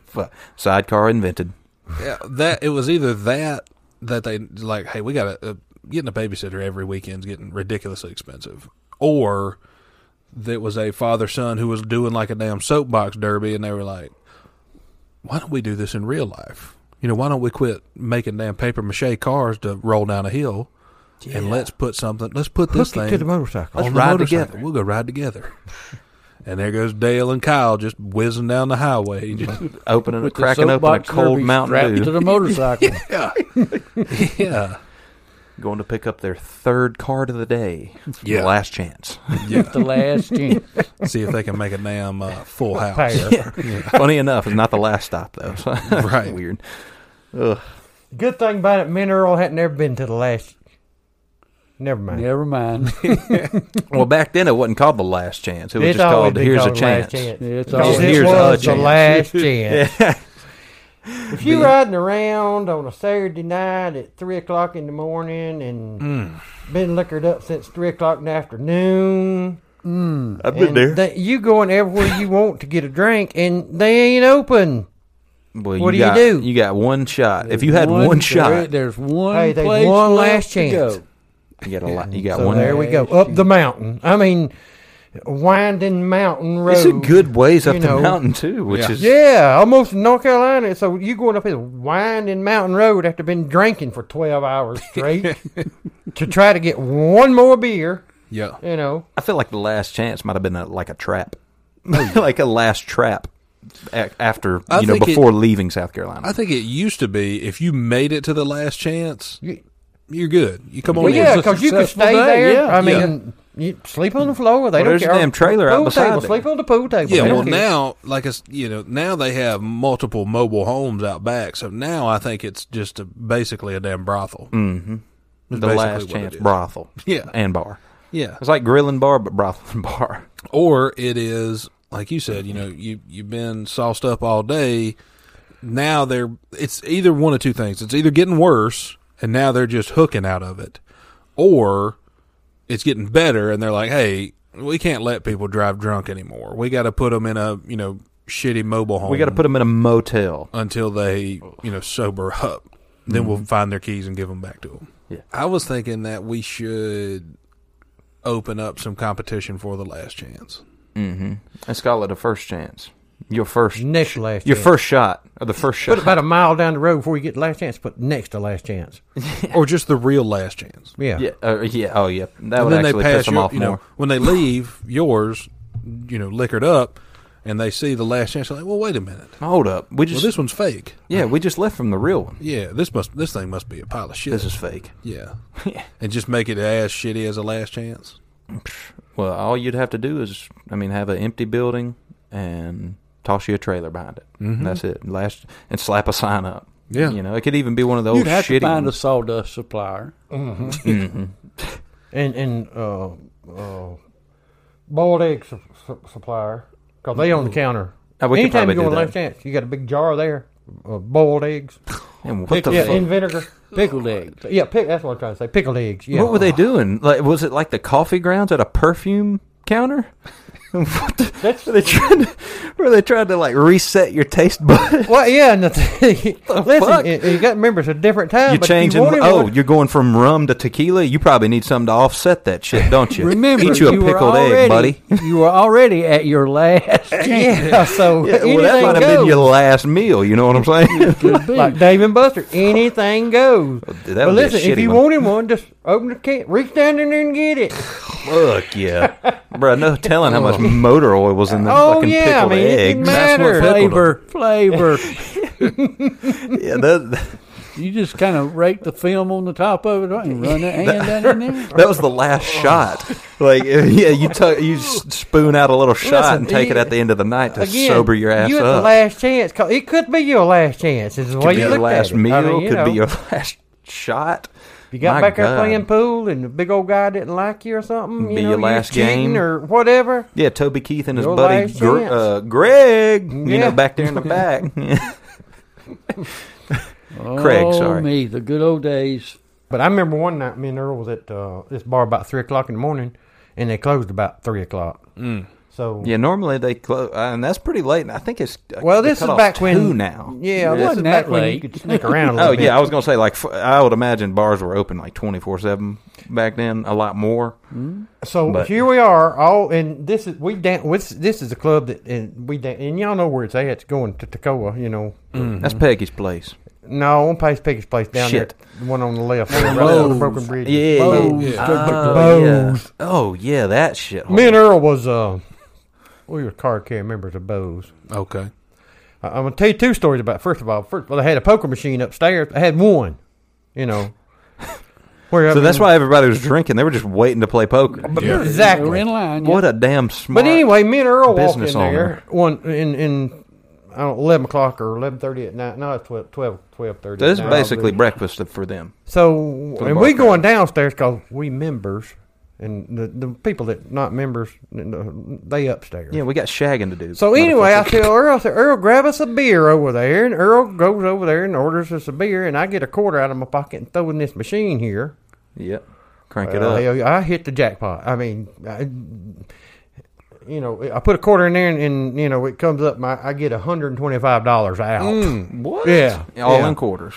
Speaker 3: Fuck. Sidecar invented.
Speaker 2: yeah. That it was either that that they like, hey, we got to uh, getting a babysitter every weekend's getting ridiculously expensive, or there was a father son who was doing like a damn soapbox derby, and they were like, why don't we do this in real life? You know, why don't we quit making damn paper mache cars to roll down a hill, and let's put something, let's put this
Speaker 1: Hook it
Speaker 2: thing
Speaker 1: to the motorcycle.
Speaker 3: Let's
Speaker 2: on the
Speaker 3: ride
Speaker 2: motorcycle.
Speaker 3: together.
Speaker 2: We'll go ride together. And there goes Dale and Kyle just whizzing down the highway. Just,
Speaker 3: Opening,
Speaker 4: with the
Speaker 3: cracking open a
Speaker 4: soapbox
Speaker 3: cold
Speaker 4: derby
Speaker 3: Mountain
Speaker 4: strapped
Speaker 3: Dew.
Speaker 4: to the motorcycle.
Speaker 2: yeah.
Speaker 3: going to pick up their third card of the day.
Speaker 2: Yeah.
Speaker 3: Last chance.
Speaker 4: It's the last chance.
Speaker 2: See if they can make a damn uh, full house.
Speaker 1: Pair.
Speaker 3: Funny enough, it's not the last stop, though. So
Speaker 2: Right.
Speaker 3: Weird.
Speaker 1: Good thing about it, me and Earl hadn't ever been to the last. Never mind.
Speaker 4: Never mind.
Speaker 3: Well, back then it wasn't called the last chance. It was
Speaker 1: It's
Speaker 3: just
Speaker 1: always
Speaker 3: called
Speaker 1: been
Speaker 3: here's
Speaker 1: called
Speaker 3: a
Speaker 1: the last
Speaker 3: chance.
Speaker 1: chance.
Speaker 4: Yeah, it's
Speaker 1: Because
Speaker 4: always-
Speaker 1: this
Speaker 3: Here's
Speaker 1: was
Speaker 3: a
Speaker 1: the last chance. If you're riding around on a Saturday night at three o'clock in the morning and
Speaker 3: Hmm.
Speaker 1: been liquored up since three o'clock in the afternoon,
Speaker 3: I've
Speaker 1: and they- you going everywhere you want to get a drink, and they ain't open.
Speaker 3: Well,
Speaker 1: What
Speaker 3: you
Speaker 1: do you
Speaker 3: got-
Speaker 1: do?
Speaker 3: You got one shot. If you had one,
Speaker 4: there-
Speaker 3: shot,
Speaker 4: there's one
Speaker 1: Hey, there's
Speaker 4: place
Speaker 1: one
Speaker 4: left
Speaker 1: last
Speaker 4: to
Speaker 1: chance.
Speaker 4: go.
Speaker 3: you got a lot. You got
Speaker 1: So
Speaker 3: one.
Speaker 1: there we go up the mountain. I mean, winding mountain road.
Speaker 3: It's a good ways up
Speaker 1: you
Speaker 3: the
Speaker 1: know.
Speaker 3: mountain too, which
Speaker 2: Yeah.
Speaker 3: is
Speaker 1: Yeah, almost in North Carolina. So you going up this winding mountain road after been drinking for twelve hours straight to try to get one more beer.
Speaker 2: Yeah.
Speaker 1: You know,
Speaker 3: I feel like the last chance might have been a, like a trap, like a last trap a- after
Speaker 2: I
Speaker 3: you know
Speaker 2: think it-
Speaker 3: before leaving South Carolina.
Speaker 2: I think it used to be if you made it to the last chance, you're good. You come on
Speaker 1: well,
Speaker 2: in.
Speaker 1: yeah,
Speaker 4: it's a
Speaker 1: because you could
Speaker 4: successful
Speaker 1: stay there.
Speaker 4: day, yeah.
Speaker 1: I mean, you sleep on the floor. They
Speaker 3: Well,
Speaker 1: don't
Speaker 3: there's a
Speaker 1: care.
Speaker 3: damn trailer out
Speaker 1: pool
Speaker 3: beside
Speaker 1: table.
Speaker 3: there.
Speaker 1: Sleep on the pool table.
Speaker 2: Yeah,
Speaker 1: They
Speaker 2: well
Speaker 1: don't care.
Speaker 2: now, like I, s- you know, now they have multiple mobile homes out back. So now I think it's just a, basically a damn brothel.
Speaker 1: Mm.
Speaker 3: hmm
Speaker 2: It's
Speaker 3: The
Speaker 2: basically
Speaker 3: last
Speaker 2: what
Speaker 3: chance
Speaker 2: it is.
Speaker 3: brothel,
Speaker 2: Yeah.
Speaker 3: and bar.
Speaker 2: Yeah.
Speaker 3: It's like grilling bar, but brothel and bar.
Speaker 2: Or it is like you said, you know, you you've been sauced up all day. Now they're it's either one of two things. It's either getting worse and now they're just hooking out of it, or it's getting better and they're like, "Hey, we can't let people drive drunk anymore. We got to put them in a, you know, shitty mobile home.
Speaker 3: We got to put them in a motel.
Speaker 2: until they, you know, sober up. Then we'll find their keys and give them back to them.
Speaker 3: Mm-hmm. Yeah.
Speaker 2: I was thinking that we should open up some competition for the last chance.
Speaker 3: Mm-hmm. Let's call it a first chance. Your first,
Speaker 1: next last.
Speaker 3: your
Speaker 1: chance.
Speaker 3: first shot, or the first
Speaker 1: Put
Speaker 3: shot.
Speaker 1: it about a mile down the road before you get the last chance. Put next to last chance.
Speaker 2: or just the real last chance.
Speaker 1: Yeah.
Speaker 3: yeah, uh, yeah, oh yeah, that would actually piss them
Speaker 2: your-
Speaker 3: off
Speaker 2: you
Speaker 3: more.
Speaker 2: know, when they leave yours, you know, liquored up, and they see the last chance. They're like, well, wait a minute.
Speaker 3: Hold up, we
Speaker 2: Well,
Speaker 3: just
Speaker 2: this one's fake.
Speaker 3: yeah, we just left from the real one.
Speaker 2: Yeah, this must this thing must be a pile of shit.
Speaker 3: This is fake.
Speaker 2: yeah, and just make it as shitty as a last chance.
Speaker 3: Well, all you'd have to do is, I mean, have an empty building and toss you a trailer behind it. That's it. Last and slap a sign up.
Speaker 2: Yeah.
Speaker 3: you know, it could even be one of those
Speaker 4: You'd have
Speaker 3: Oh, shitty.
Speaker 4: to find a
Speaker 3: ones.
Speaker 4: sawdust supplier.
Speaker 1: and and uh, uh, boiled egg su- su- supplier because they on the counter.
Speaker 3: Oh, we could
Speaker 1: Anytime
Speaker 3: probably
Speaker 1: you go
Speaker 3: do
Speaker 1: on
Speaker 3: that.
Speaker 1: last chance, you got a big jar there of boiled eggs.
Speaker 3: And what the
Speaker 1: yeah,
Speaker 3: fuck?
Speaker 1: in vinegar.
Speaker 4: Pickled eggs.
Speaker 1: Yeah, pick, that's what I'm trying to say. Pickled eggs. Yeah.
Speaker 3: What were they doing? Like, was it like the coffee grounds at a perfume counter? what the,
Speaker 1: That's
Speaker 3: were they trying to? Were they trying to like reset your taste bud?
Speaker 1: Well, yeah, and the thing,
Speaker 3: fuck?
Speaker 1: listen, you, you got to remember it's a different time.
Speaker 3: You're
Speaker 1: but if you
Speaker 3: changing.
Speaker 1: wanted
Speaker 3: oh,
Speaker 1: one-
Speaker 3: you're going from rum to tequila. You probably need something to offset that shit, don't you?
Speaker 4: Remember,
Speaker 3: eat you a
Speaker 4: were
Speaker 3: pickled
Speaker 4: already-
Speaker 3: egg, buddy.
Speaker 4: You were already at your last chance.
Speaker 1: yeah. So
Speaker 3: Yeah,
Speaker 1: anything
Speaker 3: well, that might have
Speaker 1: goes.
Speaker 3: been your last meal. You know what I'm saying?
Speaker 4: Could be.
Speaker 1: like Dave and Buster, anything goes.
Speaker 3: That
Speaker 1: But
Speaker 3: would be a
Speaker 1: listen, if
Speaker 3: shitty
Speaker 1: you
Speaker 3: one.
Speaker 1: wanted one, just open the can, reach down in there and get it.
Speaker 3: Fuck yeah, bro! No telling how much motor oil was in the
Speaker 1: Oh,
Speaker 3: fucking
Speaker 1: yeah,
Speaker 3: pickled
Speaker 1: I mean, it
Speaker 3: egg.
Speaker 1: didn't matter.
Speaker 4: flavor, flavor.
Speaker 3: Yeah, that,
Speaker 4: you just kind of rake the film on the top of it right, and run that hand down in there.
Speaker 3: that was the last
Speaker 1: Oh.
Speaker 3: shot. Like, yeah, you tuck, you s- spoon out a little shot and take it at the end of the night to
Speaker 1: Again,
Speaker 3: sober your ass
Speaker 1: you at the
Speaker 3: up.
Speaker 1: last chance. 'cause It could be your last chance. Is the way
Speaker 3: could be
Speaker 1: you
Speaker 3: your
Speaker 1: look
Speaker 3: last
Speaker 1: at it.
Speaker 3: meal.
Speaker 1: I mean, you
Speaker 3: could be
Speaker 1: know,
Speaker 3: your last shot.
Speaker 1: You got
Speaker 3: My
Speaker 1: back there
Speaker 3: God.
Speaker 1: playing pool, and the big old guy didn't like you or something.
Speaker 3: Be
Speaker 1: you know,
Speaker 3: your
Speaker 1: you
Speaker 3: last
Speaker 1: cheating
Speaker 3: game.
Speaker 1: or whatever.
Speaker 3: Yeah, Toby Keith and his
Speaker 1: Your
Speaker 3: buddy
Speaker 1: last
Speaker 3: Gr-
Speaker 1: chance.
Speaker 3: uh, Greg, you
Speaker 1: Yeah.
Speaker 3: know, back there in the back. Craig,
Speaker 4: oh,
Speaker 3: sorry.
Speaker 4: me, the good old days.
Speaker 1: But I remember one night, me and Earl was at uh, this bar about three o'clock in the morning, and they closed about three o'clock.
Speaker 2: Mm.
Speaker 1: So
Speaker 3: yeah, normally they close, uh, and that's pretty late. And I think it's uh,
Speaker 1: well,
Speaker 3: they
Speaker 1: this
Speaker 3: cut
Speaker 1: is
Speaker 3: off
Speaker 1: back
Speaker 3: two
Speaker 1: when
Speaker 3: now.
Speaker 1: Yeah,
Speaker 4: It
Speaker 1: this is
Speaker 4: wasn't
Speaker 1: back
Speaker 4: that
Speaker 1: when you
Speaker 4: late.
Speaker 1: could sneak around a little
Speaker 3: Oh
Speaker 1: bit.
Speaker 3: yeah, I was gonna say like f- I would imagine bars were open like twenty four seven back then, a lot more.
Speaker 1: So
Speaker 3: But-
Speaker 1: here we are, all and this is we dan- this, this is a club that and we dan- and y'all know where it's at. It's going to Tacoma, you know.
Speaker 3: That's Peggy's place.
Speaker 1: No, on Pace Pickett's place down
Speaker 3: Mm. Shit.
Speaker 1: there, the one on the left, right on the
Speaker 4: Bose.
Speaker 1: broken bridge.
Speaker 4: Bows,
Speaker 2: yeah.
Speaker 3: Oh, yeah.
Speaker 1: Bows.
Speaker 3: Oh, yeah, that shit.
Speaker 1: Me and Earl was uh, we were car carrying members of Bose.
Speaker 2: Okay.
Speaker 1: I- I'm gonna tell you two stories about. it. First of all, first well, they had a poker machine upstairs. I had one, you know, Where, I
Speaker 3: So that's
Speaker 1: mean-
Speaker 3: why everybody was drinking. They were just waiting to play poker.
Speaker 2: Yeah.
Speaker 4: They were
Speaker 1: Exactly.
Speaker 4: in line. yeah.
Speaker 3: What a damn smart.
Speaker 1: But anyway, me and Earl walked in
Speaker 3: business
Speaker 1: there
Speaker 3: owner.
Speaker 1: one in in I don't, know, eleven o'clock or eleven thirty at night. No, it's 12, 12, 12:30
Speaker 3: So this
Speaker 1: at
Speaker 3: is
Speaker 1: night.
Speaker 3: basically breakfast for them.
Speaker 1: So
Speaker 3: For the
Speaker 1: and we
Speaker 3: bartender.
Speaker 1: going downstairs because we members and the the people that not members they upstairs.
Speaker 3: Yeah, we got shagging to do.
Speaker 1: So anyway, I
Speaker 3: motherfucker.
Speaker 1: tell Earl, I said, Earl, grab us a beer over there, and Earl goes over there and orders us a beer, and I get a quarter out of my pocket and throw in this machine here.
Speaker 3: Yep. Crank
Speaker 1: Well,
Speaker 3: it up.
Speaker 1: hell, I hit the jackpot. I mean, I, you know, I put a quarter in there, and, and you know, it comes up. My I get hundred and twenty-five dollars out.
Speaker 3: What?
Speaker 1: Yeah,
Speaker 3: All
Speaker 1: yeah.
Speaker 3: in quarters.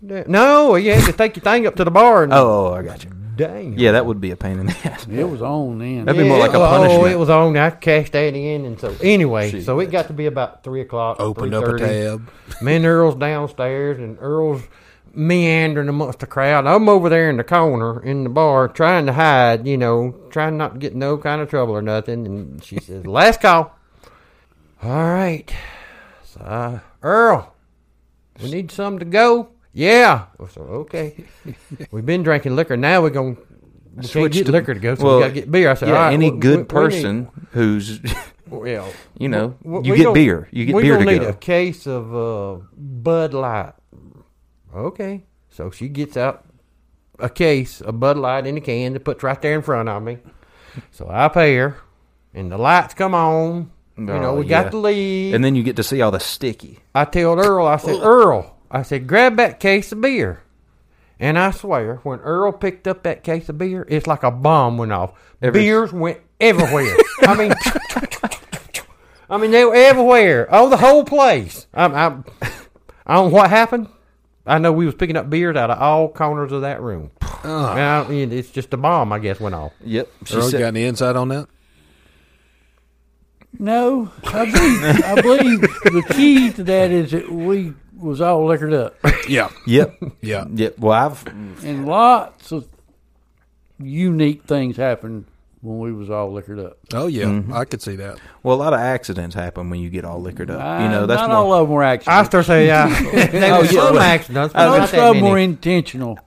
Speaker 1: No, you had to take your thing up to the bar. And,
Speaker 3: Oh, oh, I got you.
Speaker 1: dang.
Speaker 3: Yeah, that would be a pain in the ass.
Speaker 4: It was on then.
Speaker 3: That'd be more like a
Speaker 1: Oh,
Speaker 3: punishment.
Speaker 1: it was on. I cashed that in, and so anyway,
Speaker 3: Shit.
Speaker 1: so it got to be about three o'clock.
Speaker 2: Opened up a
Speaker 1: 3:30.
Speaker 2: tab.
Speaker 1: Me and Earl's downstairs, and Earl's meandering amongst the crowd. I'm over there in the corner in the bar trying to hide, you know, trying not to get in no kind of trouble or nothing. And she says, Last call. All right. So, uh, Earl, we need some to go. Yeah. So, okay. We've been drinking liquor. Now we're going we can't
Speaker 3: Switch
Speaker 1: get
Speaker 3: to-
Speaker 1: liquor to go, so
Speaker 3: well,
Speaker 1: we got to get beer. I said,
Speaker 3: yeah,
Speaker 1: all right,
Speaker 3: any
Speaker 1: we-
Speaker 3: good
Speaker 1: we- we need-
Speaker 3: person who's,
Speaker 1: well,
Speaker 3: you know,
Speaker 1: w-
Speaker 3: you
Speaker 1: we
Speaker 3: get
Speaker 1: gonna-
Speaker 3: beer. You get
Speaker 1: we
Speaker 3: beer to
Speaker 1: gonna need
Speaker 3: go.
Speaker 1: a case of uh, Bud Light. Okay, so she gets out a case of Bud Light in a can that puts right there in front of me. So I pay her, and the lights come on. you know,
Speaker 3: Oh,
Speaker 1: we
Speaker 3: yeah.
Speaker 1: got the lead.
Speaker 3: And then you get to see all the sticky.
Speaker 1: I told Earl, I said, Earl, I said, grab that case of beer. And I swear, when Earl picked up that case of beer, it's like a bomb went off.
Speaker 3: Every-
Speaker 1: Beers went everywhere. I mean, I mean, they were everywhere. Oh, the whole place. I'm, I'm, I don't know what happened. I know we was picking up beers out of all corners of that room. And I, and it's just a bomb, I guess, went off.
Speaker 3: Yep. She
Speaker 2: Earl,
Speaker 3: said-
Speaker 2: got any insight on that?
Speaker 4: No, I believe, I believe the key to that is that we was all liquored up,
Speaker 2: Yeah.
Speaker 3: Yep.
Speaker 2: Yeah.
Speaker 3: Yep. Well, I've
Speaker 4: and lots of unique things happened when we was all liquored up.
Speaker 2: Oh, yeah.
Speaker 3: Mm-hmm.
Speaker 2: I could see that.
Speaker 3: well, a lot of accidents happen when you get all liquored up. you
Speaker 4: Uh,
Speaker 3: know, that's
Speaker 4: not
Speaker 3: more.
Speaker 4: all of them were
Speaker 1: I
Speaker 4: accidents.
Speaker 1: start saying, yeah, there were
Speaker 3: Oh, yeah,
Speaker 1: some
Speaker 3: well,
Speaker 1: accidents, but
Speaker 4: Most
Speaker 1: not
Speaker 4: of them
Speaker 1: that
Speaker 4: were
Speaker 1: many.
Speaker 4: intentional.